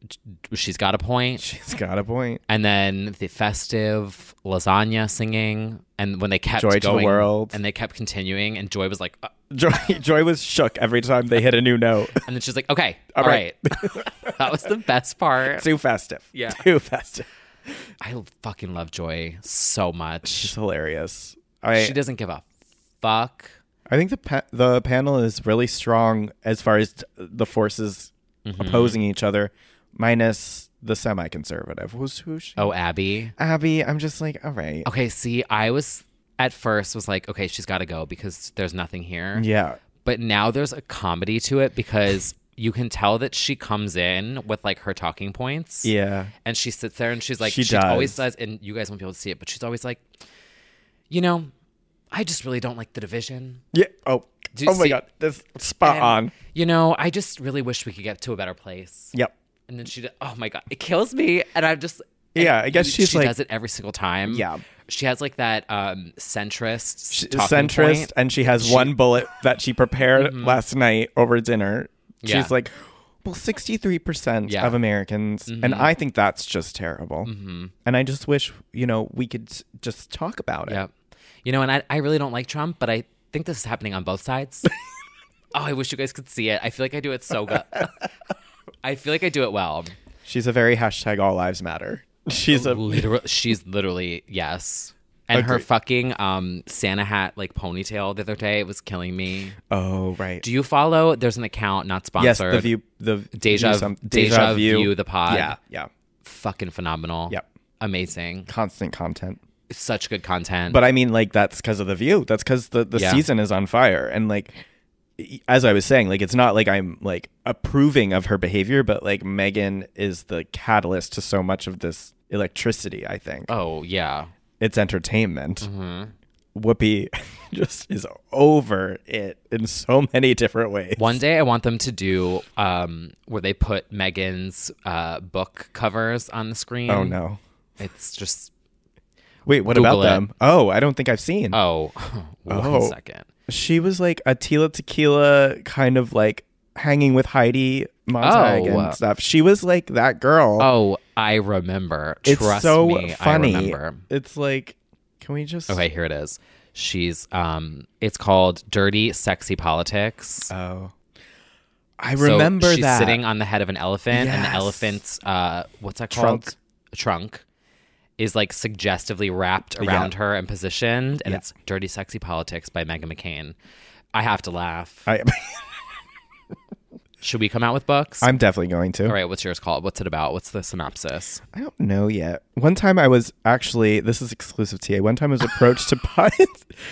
Speaker 3: j- she's got a point.
Speaker 2: It's got a point.
Speaker 3: and then the festive lasagna singing, and when they kept
Speaker 2: Joy to the
Speaker 3: going,
Speaker 2: world.
Speaker 3: and they kept continuing, and Joy was like, uh,
Speaker 2: Joy, Joy was shook every time they hit a new note.
Speaker 3: and then she's like, okay,
Speaker 2: All
Speaker 3: all right.
Speaker 2: right.
Speaker 3: that was the best part.
Speaker 2: Too festive.
Speaker 3: Yeah.
Speaker 2: Too festive.
Speaker 3: I fucking love Joy so
Speaker 2: She's
Speaker 3: much.
Speaker 2: hilarious. I
Speaker 3: she doesn't give a fuck.
Speaker 2: I think the pa- the panel is really strong as far as t- the forces opposing each other, minus the semi-conservative. Who's who's she?
Speaker 3: Oh, Abby.
Speaker 2: Abby? I'm just like, all right,
Speaker 3: Okay, see, I was at first was like, okay, she's got to go because there's nothing here.
Speaker 2: yeah.
Speaker 3: but now there's a comedy to it because you can tell that she comes in with like her talking points.
Speaker 2: Yeah.
Speaker 3: And she sits there and she's like, she,
Speaker 2: She
Speaker 3: always
Speaker 2: does.
Speaker 3: says, and you guys won't be able to see it, but she's always like, you know, I just really don't like the division.
Speaker 2: Yeah. Oh.
Speaker 3: Do you
Speaker 2: Oh my
Speaker 3: see-
Speaker 2: god. That's spot
Speaker 3: And,
Speaker 2: on.
Speaker 3: You know, I just really wish we could get to a better place.
Speaker 2: Yep.
Speaker 3: And then she, did, oh my God, it kills me. And I'm just, and
Speaker 2: Yeah, I guess
Speaker 3: you-
Speaker 2: she's
Speaker 3: she
Speaker 2: like-
Speaker 3: does it every single time.
Speaker 2: Yeah.
Speaker 3: She has like that um centrist,
Speaker 2: She's
Speaker 3: talking
Speaker 2: centrist,
Speaker 3: point. Mm-hmm.
Speaker 2: and she has one bullet that she prepared last night over dinner.
Speaker 3: Yeah.
Speaker 2: She's like, well, 63%
Speaker 3: Yeah. Mm-hmm.
Speaker 2: of Americans. And I think that's just terrible. Mm-hmm. And I just wish, you know, we could s- just talk about it.
Speaker 3: Yep. You know, and I, I really don't like Trump, but I think this is happening on both sides. oh, I wish you guys could see it. I feel like I do it so good. I feel like I do it well.
Speaker 2: She's a very hashtag all lives matter.
Speaker 3: Oh,
Speaker 2: She's a.
Speaker 3: Literal, she's literally yes. And her
Speaker 2: Agreed.
Speaker 3: fucking um, Santa hat like ponytail the other day was killing me.
Speaker 2: Oh, right.
Speaker 3: Do you follow? There's an account not
Speaker 2: yes,
Speaker 3: sponsored.
Speaker 2: the view. The
Speaker 3: Deja-
Speaker 2: view some-
Speaker 3: Deja View, the pod.
Speaker 2: Yeah. Yeah.
Speaker 3: Fucking phenomenal.
Speaker 2: Yep.
Speaker 3: Amazing.
Speaker 2: Constant content.
Speaker 3: Such good content.
Speaker 2: But I mean, like that's because of the view. That's because the the
Speaker 3: Yeah.
Speaker 2: season is on fire, and like y- as I was saying, like it's not like I'm like approving of her behavior, but like Megan is the catalyst to so much of this electricity. I think
Speaker 3: oh yeah.
Speaker 2: it's entertainment.
Speaker 3: Mm-hmm.
Speaker 2: Whoopi just is over it in so many different ways.
Speaker 3: One day I want them to do um, where they put Megan's uh, book covers on the screen.
Speaker 2: Oh no!
Speaker 3: It's just
Speaker 2: Wait, what about
Speaker 3: Google it.
Speaker 2: them? Oh, I don't think I've seen.
Speaker 3: oh, one second.
Speaker 2: Oh. She was like a Tila Tequila kind of like hanging with Heidi Montag
Speaker 3: Oh.
Speaker 2: and stuff. She was like that girl.
Speaker 3: Oh, I remember.
Speaker 2: it's
Speaker 3: Trust
Speaker 2: so
Speaker 3: me,
Speaker 2: funny.
Speaker 3: I remember.
Speaker 2: It's like, can we just?
Speaker 3: Okay, here it is. She's um it's called Dirty Sexy Politics.
Speaker 2: Oh, I
Speaker 3: So
Speaker 2: remember
Speaker 3: she's
Speaker 2: that.
Speaker 3: sitting on the head of an elephant and the
Speaker 2: Yes.
Speaker 3: elephant's uh what's that
Speaker 2: Trunk.
Speaker 3: called? Trunk is like suggestively wrapped around her and positioned and it's Dirty Sexy Politics by Megan McCain. I have to laugh.
Speaker 2: I,
Speaker 3: Should we come out with books?
Speaker 2: I'm definitely going to.
Speaker 3: All right, what's yours called? What's it about? What's the synopsis?
Speaker 2: I don't know yet. One time I was actually this is exclusive TA. One time I was approached to po-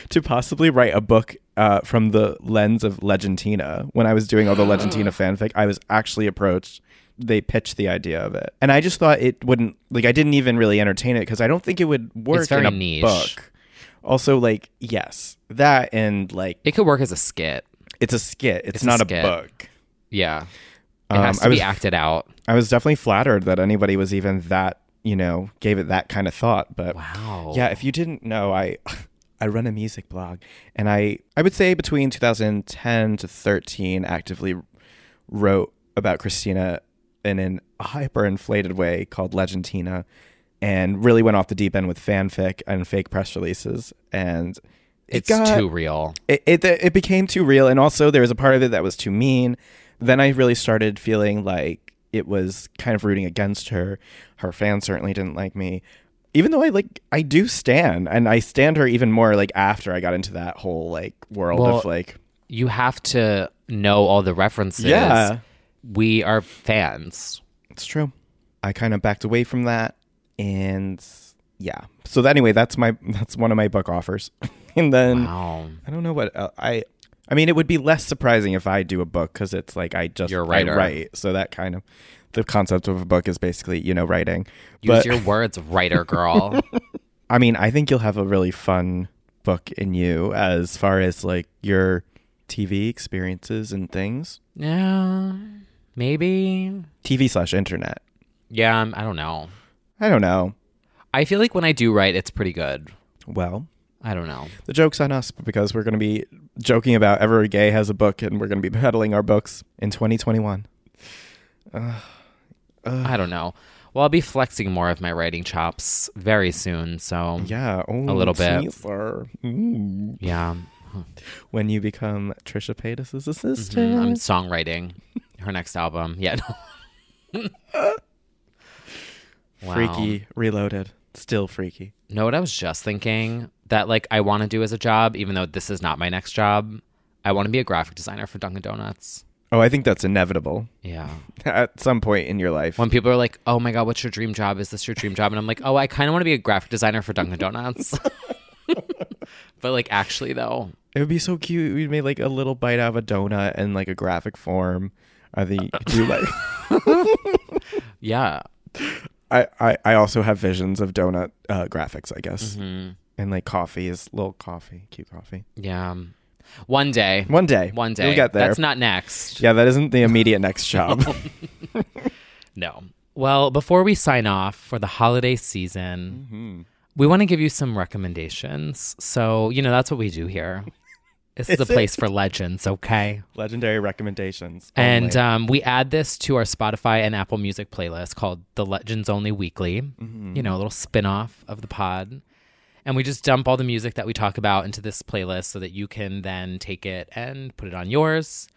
Speaker 2: to possibly write a book uh, from the lens of Legendina. When I was doing all the Legendina fanfic, I was actually approached. They pitched the idea of it, and I just thought it wouldn't like I didn't even really entertain it because I don't think it would work
Speaker 3: very
Speaker 2: in a
Speaker 3: niche.
Speaker 2: book. Also, like yes, that and like
Speaker 3: It could work as a skit.
Speaker 2: it's a skit. It's,
Speaker 3: It's a
Speaker 2: not a,
Speaker 3: skit.
Speaker 2: book.
Speaker 3: Yeah. It
Speaker 2: Um,
Speaker 3: has to
Speaker 2: I was-
Speaker 3: be acted out.
Speaker 2: I was definitely flattered that anybody was even that, you know, gave it that kind of thought. But
Speaker 3: Wow.
Speaker 2: yeah, if you didn't know, I I run a music blog, and I I would say between 2010 to 13 actively wrote about Christina in an hyperinflated way called Legendina, and really went off the deep end with fanfic and fake press releases, and it
Speaker 3: It's
Speaker 2: got-
Speaker 3: too real.
Speaker 2: it, it it became too real and also there was a part of it that was too mean then i really started feeling like it was kind of rooting against her her fans certainly didn't like me even though i like i do stand and i stand her even more like after i got into that whole like world
Speaker 3: Well,
Speaker 2: of like
Speaker 3: You have to know all the references.
Speaker 2: Yeah.
Speaker 3: We are fans.
Speaker 2: it's true i kind of backed away from that and yeah so that, anyway that's my that's one of my book offers and then
Speaker 3: Wow.
Speaker 2: I don't know what el- I. I mean, it would be less surprising if I do a book because it's like I just
Speaker 3: You're a
Speaker 2: I
Speaker 3: writer.
Speaker 2: write. So that kind of the concept of a book is basically you know writing.
Speaker 3: Use
Speaker 2: but
Speaker 3: your words, writer girl.
Speaker 2: I mean, I think you'll have a really fun book in you as far as like your TV experiences and things.
Speaker 3: yeah. Maybe.
Speaker 2: TV slash internet.
Speaker 3: Yeah, I'm- I don't know.
Speaker 2: I don't know.
Speaker 3: I feel like when I do write, it's pretty good.
Speaker 2: Well,
Speaker 3: I don't know.
Speaker 2: the joke's on us because we're going to be joking about every gay has a book and we're going to be peddling our books in 2021.
Speaker 3: I don't know. Well, I'll be flexing more of my writing chops very soon. So,
Speaker 2: Yeah, oh, Mm.
Speaker 3: little bit.
Speaker 2: teaser. Ooh.
Speaker 3: yeah.
Speaker 2: when you become Trisha Paytas's
Speaker 3: Mhm,
Speaker 2: assistant.
Speaker 3: I'm songwriting her next album. Yeah. no.
Speaker 2: Mm-hmm.
Speaker 3: Wow.
Speaker 2: Freaky, reloaded, still freaky.
Speaker 3: Know what I was just thinking that like I want to do as a job, even though this is not my next job. I want to be a graphic designer for Dunkin' Donuts.
Speaker 2: Oh, I think that's inevitable
Speaker 3: Yeah.
Speaker 2: at some point in your life.
Speaker 3: When people are like, "Oh my god, what's your dream job? Is this your dream job?" and I'm like, "Oh, I kind of want to be a graphic designer for Dunkin' Donuts." but like actually though,
Speaker 2: It would be so cute. We'd make like a little bite out of a donut and like a graphic form. I think you could do like.
Speaker 3: yeah.
Speaker 2: I, I, I also have visions of donut uh, graphics, I guess.
Speaker 3: Mm-hmm.
Speaker 2: And like coffee is little coffee, cute coffee.
Speaker 3: Yeah. One day.
Speaker 2: One day.
Speaker 3: One day.
Speaker 2: You'll get there.
Speaker 3: That's not next.
Speaker 2: yeah, that isn't the immediate next job.
Speaker 3: No. Well, before we sign off for the holiday season,
Speaker 2: Mm-hmm.
Speaker 3: we want to give you some recommendations. So, you know, that's what we do here. This is,
Speaker 2: Is
Speaker 3: a
Speaker 2: it?
Speaker 3: place for legends, okay?
Speaker 2: Legendary recommendations.
Speaker 3: And
Speaker 2: only.
Speaker 3: um, we add this to our Spotify and Apple Music playlist called The Legends Only Weekly, you know, a little spin off of the pod. And we just dump all the music that we talk about into this playlist so that you can then take it and put it on yours.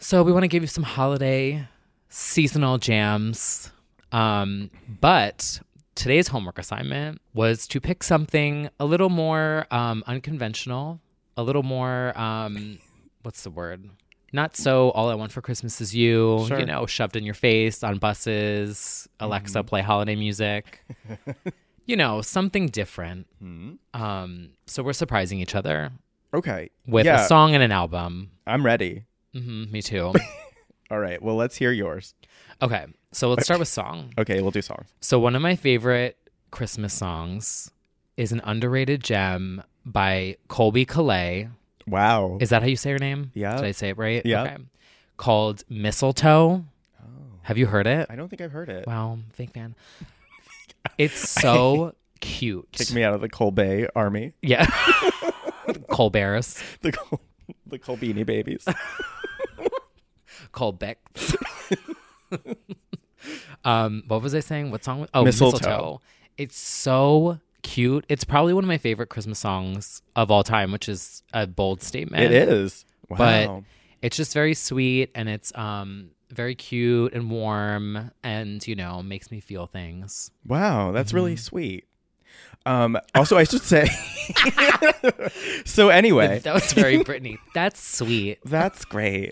Speaker 3: So we want to give you some holiday seasonal jams. Um, but today's homework assignment was to pick something a little more um, unconventional, a little more, um, what's the word? Not so all I want for Christmas is you,
Speaker 2: Sure.
Speaker 3: you know, shoved in your face on buses, Alexa
Speaker 2: Mm-hmm.
Speaker 3: play holiday music. you know, something different.
Speaker 2: Mm-hmm.
Speaker 3: Um, so we're surprising each other
Speaker 2: okay.
Speaker 3: with
Speaker 2: yeah,
Speaker 3: a song and an album.
Speaker 2: I'm ready.
Speaker 3: hmm me too.
Speaker 2: All right. Well, let's hear yours.
Speaker 3: okay, so let's start with song.
Speaker 2: Okay, we'll do songs.
Speaker 3: So one of my favorite Christmas songs is an underrated gem by Colby Calais.
Speaker 2: Wow.
Speaker 3: Is that how you say her name?
Speaker 2: Yeah.
Speaker 3: Did I say it right?
Speaker 2: Yeah.
Speaker 3: Called Mistletoe. Have you heard it?
Speaker 2: Oh. I don't think I've heard it.
Speaker 3: Wow, fake fan. It's so cute.
Speaker 2: Kick me out of the Colbay army.
Speaker 3: Yeah. Colbert's.
Speaker 2: The Col- the Colbini babies.
Speaker 3: Colbeck. um, what was I saying? What song? Was- oh,
Speaker 2: Mistletoe.
Speaker 3: mistletoe. It's so cute. It's probably one of my favorite Christmas songs of all time, which is a bold statement.
Speaker 2: it is.
Speaker 3: but
Speaker 2: Wow.
Speaker 3: it's just very sweet and it's um very cute and warm and you know makes me feel things. Mm-hmm.
Speaker 2: wow, that's really sweet. Um, also, I should say. so anyway,
Speaker 3: That was very Brittany. That's sweet.
Speaker 2: That's great.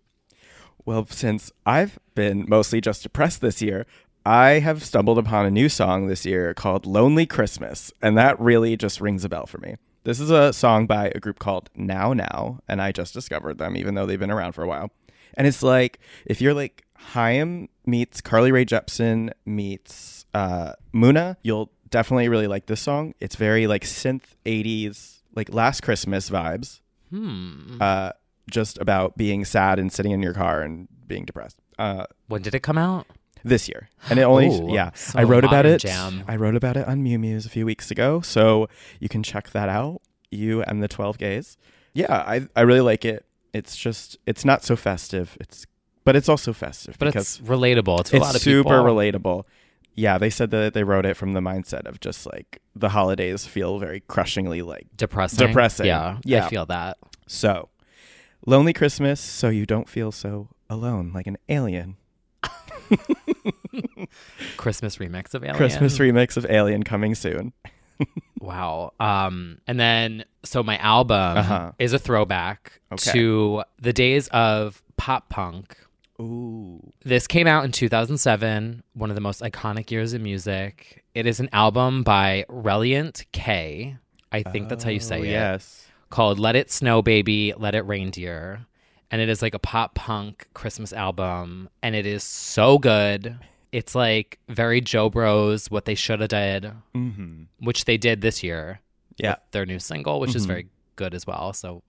Speaker 2: well, since I've been mostly just depressed this year, I have stumbled upon a new song this year called "Lonely Christmas," and that really just rings a bell for me. This is a song by a group called Now Now, and I just discovered them, even though they've been around for a while. And it's like if you're like Haim meets Carly Rae Jepsen meets uh, Muna, you'll definitely really like this song. It's very like synth '80s, like Last Christmas vibes.
Speaker 3: Hmm.
Speaker 2: Uh, just about being sad and sitting in your car and being depressed. Uh,
Speaker 3: When did it come out?
Speaker 2: this year, and it only
Speaker 3: Ooh,
Speaker 2: yeah.
Speaker 3: so
Speaker 2: I wrote about
Speaker 3: modern
Speaker 2: it.
Speaker 3: jam.
Speaker 2: I wrote about it on Mew Mew's a few weeks ago, so you can check that out. You and the Twelve Gays. Yeah, I I really like it. It's just it's not so festive. It's but it's also festive.
Speaker 3: But
Speaker 2: because
Speaker 3: it's relatable to a
Speaker 2: it's
Speaker 3: lot of
Speaker 2: super
Speaker 3: people.
Speaker 2: relatable. Yeah, they said that they wrote it from the mindset of just like the holidays feel very crushingly like
Speaker 3: Depressing.
Speaker 2: Depressing.
Speaker 3: Yeah,
Speaker 2: Yeah.
Speaker 3: I feel that.
Speaker 2: so, Lonely Christmas, so you don't feel so alone like an alien.
Speaker 3: Christmas remix of Alien.
Speaker 2: Christmas remix of Alien coming soon.
Speaker 3: Wow. Um, and then so my album
Speaker 2: Uh-huh.
Speaker 3: is a throwback
Speaker 2: Okay.
Speaker 3: to the days of pop punk.
Speaker 2: Ooh.
Speaker 3: This came out in 2007, one of the most iconic years in music. It is an album by Reliant K. I think that's how you say
Speaker 2: Oh,
Speaker 3: it.
Speaker 2: yes.
Speaker 3: Called Let It Snow Baby, Let It Reindeer. And it is like a pop punk Christmas album. And it is so good. It's like very Joe Bros, what they should have did,
Speaker 2: Mm-hmm.
Speaker 3: which they did this year
Speaker 2: Yeah.
Speaker 3: with their new single, which is
Speaker 2: Mhm.
Speaker 3: very good as well. So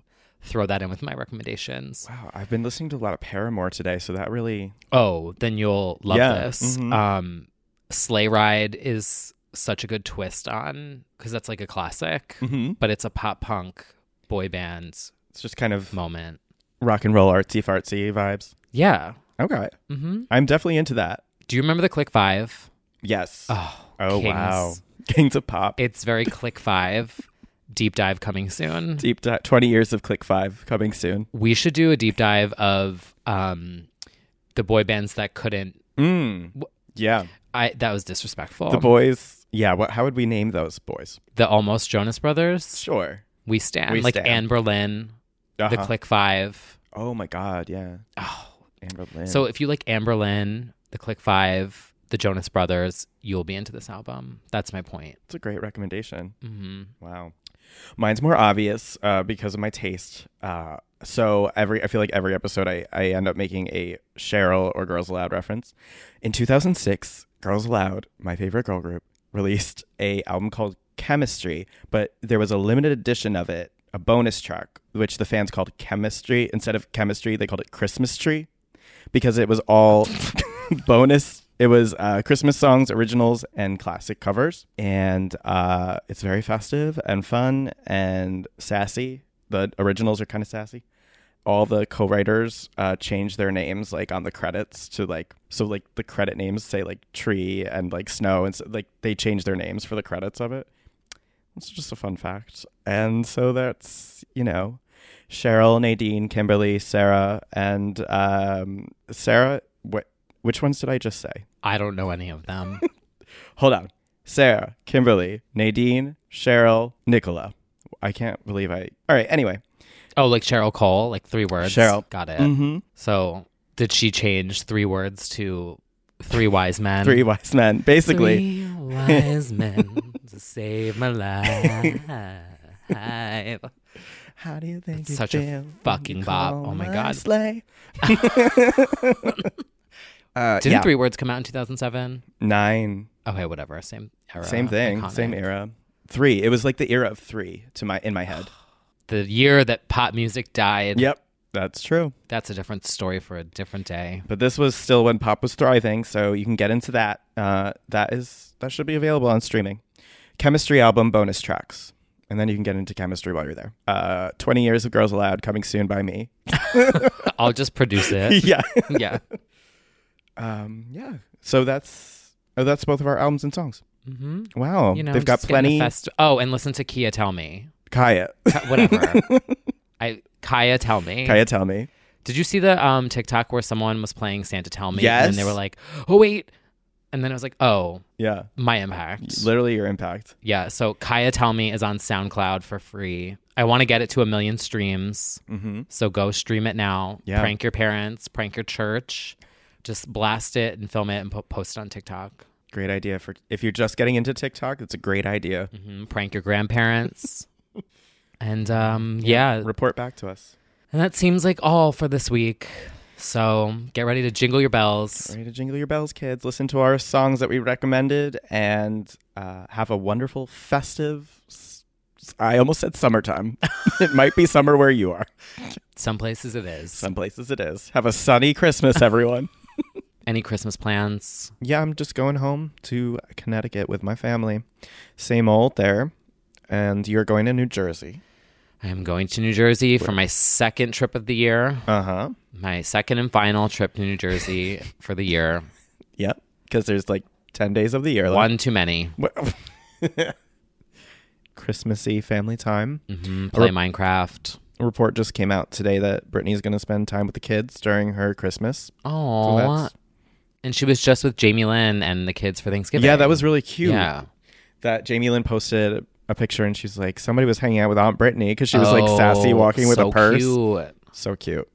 Speaker 3: throw that in with my recommendations.
Speaker 2: Wow, I've been listening to a lot of Paramore today, so that really
Speaker 3: Oh, then you'll love
Speaker 2: Yeah,
Speaker 3: this.
Speaker 2: mhm.
Speaker 3: Um, Sleigh Ride is such a good twist on because that's like a classic,
Speaker 2: Mm-hmm.
Speaker 3: but it's a pop punk boy band
Speaker 2: it's just kind of
Speaker 3: moment.
Speaker 2: rock and roll artsy fartsy vibes.
Speaker 3: Yeah.
Speaker 2: Okay.
Speaker 3: hmm
Speaker 2: I'm definitely into that.
Speaker 3: Do you remember the Click Five?
Speaker 2: Yes.
Speaker 3: Oh,
Speaker 2: oh
Speaker 3: kings.
Speaker 2: wow. Kings of Pop.
Speaker 3: It's very Click Five. Deep dive coming soon.
Speaker 2: Deep dive 20 years of Click 5 coming soon.
Speaker 3: We should do a deep dive of um, the boy bands that couldn't.
Speaker 2: Mm. Yeah.
Speaker 3: I that was disrespectful.
Speaker 2: The boys. Yeah, what how would we name those boys?
Speaker 3: the almost Jonas Brothers.
Speaker 2: Sure.
Speaker 3: We stand
Speaker 2: We
Speaker 3: like
Speaker 2: Stand.
Speaker 3: Anne Berlin, the
Speaker 2: Uh-huh.
Speaker 3: Click Five.
Speaker 2: Oh my god, yeah.
Speaker 3: Oh,
Speaker 2: Amber Lynn.
Speaker 3: so if you like Anne Berlin, the Click Five, the Jonas Brothers, you'll be into this album. That's my point.
Speaker 2: it's a great recommendation.
Speaker 3: hmm
Speaker 2: Wow. Mine's more obvious uh, because of my taste. Uh, so every I feel like every episode I, I end up making a Cheryl or Girls Aloud reference. In 2006, Girls Aloud, my favorite girl group, released a album called Chemistry, but there was a limited edition of it, a bonus track, which the fans called Chemistry instead of Chemistry, they called it Christmas Tree because it was all bonus. It was uh, Christmas songs, originals, and classic covers. And uh, it's very festive and fun and sassy. The originals are kind of sassy. All the co writers uh, change their names like on the credits to like, so like the credit names say like tree and like snow. And so, like they change their names for the credits of it. It's just a fun fact. And so that's, you know, Cheryl, Nadine, Kimberly, Sarah, and um, Sarah. What? Which ones did I just say?
Speaker 3: I don't know any of them.
Speaker 2: Hold on. Sarah, Kimberly, Nadine, Cheryl, Nicola. I can't believe I. All right. Anyway,
Speaker 3: oh, like Cheryl Cole, like three words.
Speaker 2: Cheryl.
Speaker 3: got it.
Speaker 2: Mhm.
Speaker 3: So did she change three words to three wise men?
Speaker 2: three wise men. Basically,
Speaker 3: Three wise men to save my life.
Speaker 2: how do you think
Speaker 3: That's
Speaker 2: you
Speaker 3: such a
Speaker 2: feel when
Speaker 3: fucking
Speaker 2: you
Speaker 3: bop.
Speaker 2: call
Speaker 3: Oh my
Speaker 2: my
Speaker 3: God.
Speaker 2: sleigh? uh,
Speaker 3: Didn't
Speaker 2: yeah.
Speaker 3: Three Words come out in 2007?
Speaker 2: nine?
Speaker 3: Okay, whatever. Same era.
Speaker 2: Same thing. Same
Speaker 3: iconic.
Speaker 2: era. Three. It was like the era of three to my in my head.
Speaker 3: The year that pop music died.
Speaker 2: yep, that's true.
Speaker 3: That's a different story for a different day.
Speaker 2: But this was still when pop was thriving, so you can get into that. Uh, that is that should be available on streaming. Chemistry album bonus tracks, and then you can get into chemistry while you're there. Uh, Twenty years of girls allowed coming soon by me.
Speaker 3: I'll just produce it.
Speaker 2: yeah,
Speaker 3: yeah.
Speaker 2: um, yeah. So that's oh, that's both of our albums and songs.
Speaker 3: Mm-hmm.
Speaker 2: Wow,
Speaker 3: You know,
Speaker 2: they've got
Speaker 3: just getting the
Speaker 2: plenty.
Speaker 3: fest- oh, and listen to Kia Tell Me.
Speaker 2: Kaya,
Speaker 3: Ki- Whatever. I Kaya Tell Me.
Speaker 2: Kaya, tell me.
Speaker 3: Did you see the um, TikTok where someone was playing Santa Tell Me? And then they
Speaker 2: Yes.
Speaker 3: were like, oh, wait. And then I was like, oh,
Speaker 2: Yeah.
Speaker 3: my impact.
Speaker 2: Literally your impact.
Speaker 3: Yeah. So Kaya Tell Me is on SoundCloud for free. I want to get it to a million streams.
Speaker 2: Mhm.
Speaker 3: So go stream it now.
Speaker 2: Yeah.
Speaker 3: Prank your parents, prank your church. Just blast it and film it and po- post it on TikTok.
Speaker 2: Great idea for if you're just getting into TikTok, it's a great idea.
Speaker 3: Mm, Prank your grandparents. and um, yeah.
Speaker 2: Report back to us.
Speaker 3: And that seems like all for this week. So get ready to jingle your bells.
Speaker 2: Ready to jingle your bells, kids. Listen to our songs that we recommended and uh, have a wonderful festive. s- I almost said summertime. it might be summer where you are.
Speaker 3: Some places it is.
Speaker 2: Some places it is. Have a sunny Christmas, everyone.
Speaker 3: Any Christmas plans?
Speaker 2: yeah, I'm just going home to Connecticut with my family. Same old there. And you're going to New Jersey.
Speaker 3: I am going to New Jersey for my second trip of the year.
Speaker 2: Uh huh.
Speaker 3: my second and final trip to New Jersey for the year.
Speaker 2: Yep. Because there's like 10 days of the year left.
Speaker 3: One too many.
Speaker 2: Well- Christmassy family time.
Speaker 3: Mm, Play Minecraft.
Speaker 2: A report just came out today that Brittany's going to spend time with the kids during her Christmas. So
Speaker 3: Oh,
Speaker 2: that's-
Speaker 3: and she was just with Jamie Lynn and the kids for Thanksgiving.
Speaker 2: yeah, that was really cute.
Speaker 3: Yeah.
Speaker 2: That Jamie Lynn posted a picture and she's like, somebody was hanging out with Aunt Brittany because she was like sassy
Speaker 3: Oh,
Speaker 2: walking with
Speaker 3: so
Speaker 2: a purse.
Speaker 3: cute.
Speaker 2: So cute.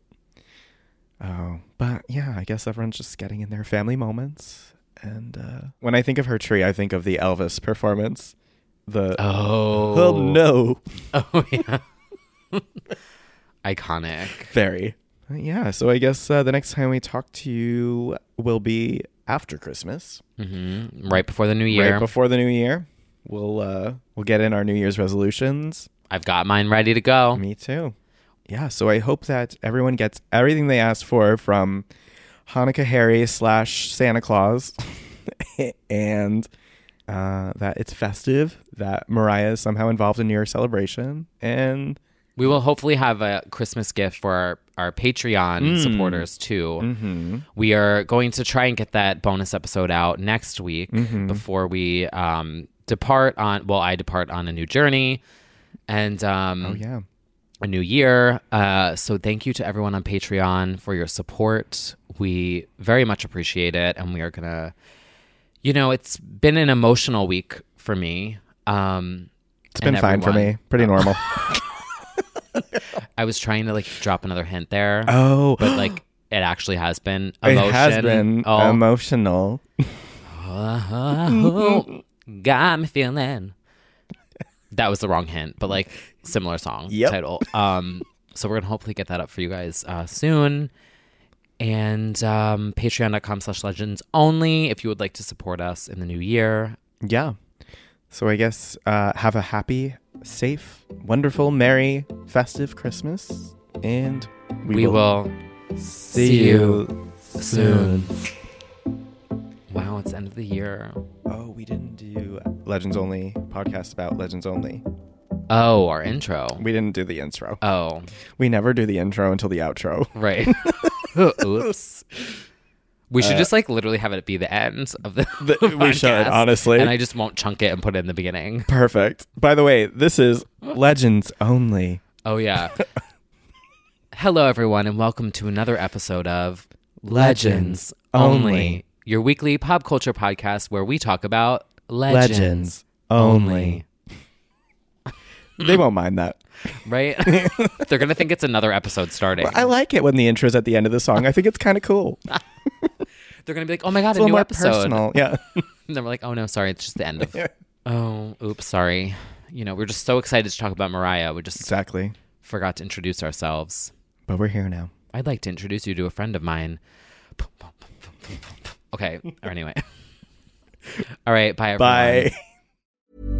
Speaker 2: Oh, but yeah, I guess everyone's just getting in their family moments. And uh, when I think of her tree, I think of the Elvis performance. The
Speaker 3: Oh.
Speaker 2: oh no,
Speaker 3: Oh yeah. Iconic.
Speaker 2: very. Yeah, so I guess uh, the next time we talk to you will be after Christmas,
Speaker 3: Mm-hmm. Right before the new year.
Speaker 2: right before the new year. We'll uh, we'll get in our New Year's resolutions.
Speaker 3: I've got mine ready to go.
Speaker 2: Me too. Yeah, so I hope that everyone gets everything they asked for from Hanukkah Harry slash Santa Claus, and uh, that it's festive. That Mariah is somehow involved in your celebration, and
Speaker 3: We will hopefully have a Christmas gift for our, our Patreon
Speaker 2: Mm.
Speaker 3: supporters too.
Speaker 2: Mm-hmm.
Speaker 3: We are going to try and get that bonus episode out next week
Speaker 2: Mm-hmm.
Speaker 3: before we um, depart on. Well, I depart on a new journey and um,
Speaker 2: oh yeah,
Speaker 3: a new year. Uh, so thank you to everyone on Patreon for your support. We very much appreciate it, and we are gonna. You know, it's been an emotional week for me. Um,
Speaker 2: it's been fine for me.
Speaker 3: Oh.
Speaker 2: Pretty normal.
Speaker 3: I was trying to like drop another hint there.
Speaker 2: oh,
Speaker 3: but like it actually has been emotion.
Speaker 2: it has been
Speaker 3: Oh,
Speaker 2: emotional.
Speaker 3: oh, got me feeling. That was the wrong hint, but like similar song
Speaker 2: Yep.
Speaker 3: title. Um, so we're gonna hopefully get that up for you guys uh, soon. And um, patreon.com slash legends only if you would like to support us in the new year.
Speaker 2: Yeah. So I guess uh, have a happy, safe, wonderful, merry, festive Christmas, and we,
Speaker 3: We, will.
Speaker 2: see,
Speaker 3: see
Speaker 2: you soon.
Speaker 3: Wow, it's the end of the year.
Speaker 2: Oh, we didn't do Legends Only podcast about Legends Only.
Speaker 3: Oh, our intro.
Speaker 2: We didn't do the intro.
Speaker 3: Oh,
Speaker 2: We never do the intro until the outro.
Speaker 3: Right. Oops. We should just like literally have it be the end of the.
Speaker 2: Uh, The- we should,
Speaker 3: podcast,
Speaker 2: honestly.
Speaker 3: And I just won't chunk it and put it in the beginning.
Speaker 2: Perfect. By the way, this is Legends Only.
Speaker 3: Oh yeah. Hello everyone, and welcome to another episode of
Speaker 2: Legends Only.
Speaker 3: your weekly pop culture podcast where we talk about legends, only.
Speaker 2: They won't mind that.
Speaker 3: Right? They're gonna think it's another episode starting.
Speaker 2: I like it when the intro's at the end of the song. I think it's kind of cool. It's
Speaker 3: They're gonna be like, "Oh my god,
Speaker 2: a
Speaker 3: a
Speaker 2: little
Speaker 3: new
Speaker 2: more
Speaker 3: episode!"
Speaker 2: personal. Yeah.
Speaker 3: And then we're like, oh no, sorry, it's just the end of. oh, oops, sorry. You know, we're just so excited to talk about Mariah. We just
Speaker 2: exactly.
Speaker 3: forgot to introduce ourselves.
Speaker 2: But we're here now.
Speaker 3: I'd like to introduce you to a friend of mine. Okay, or anyway. All right, bye everyone.
Speaker 2: Bye.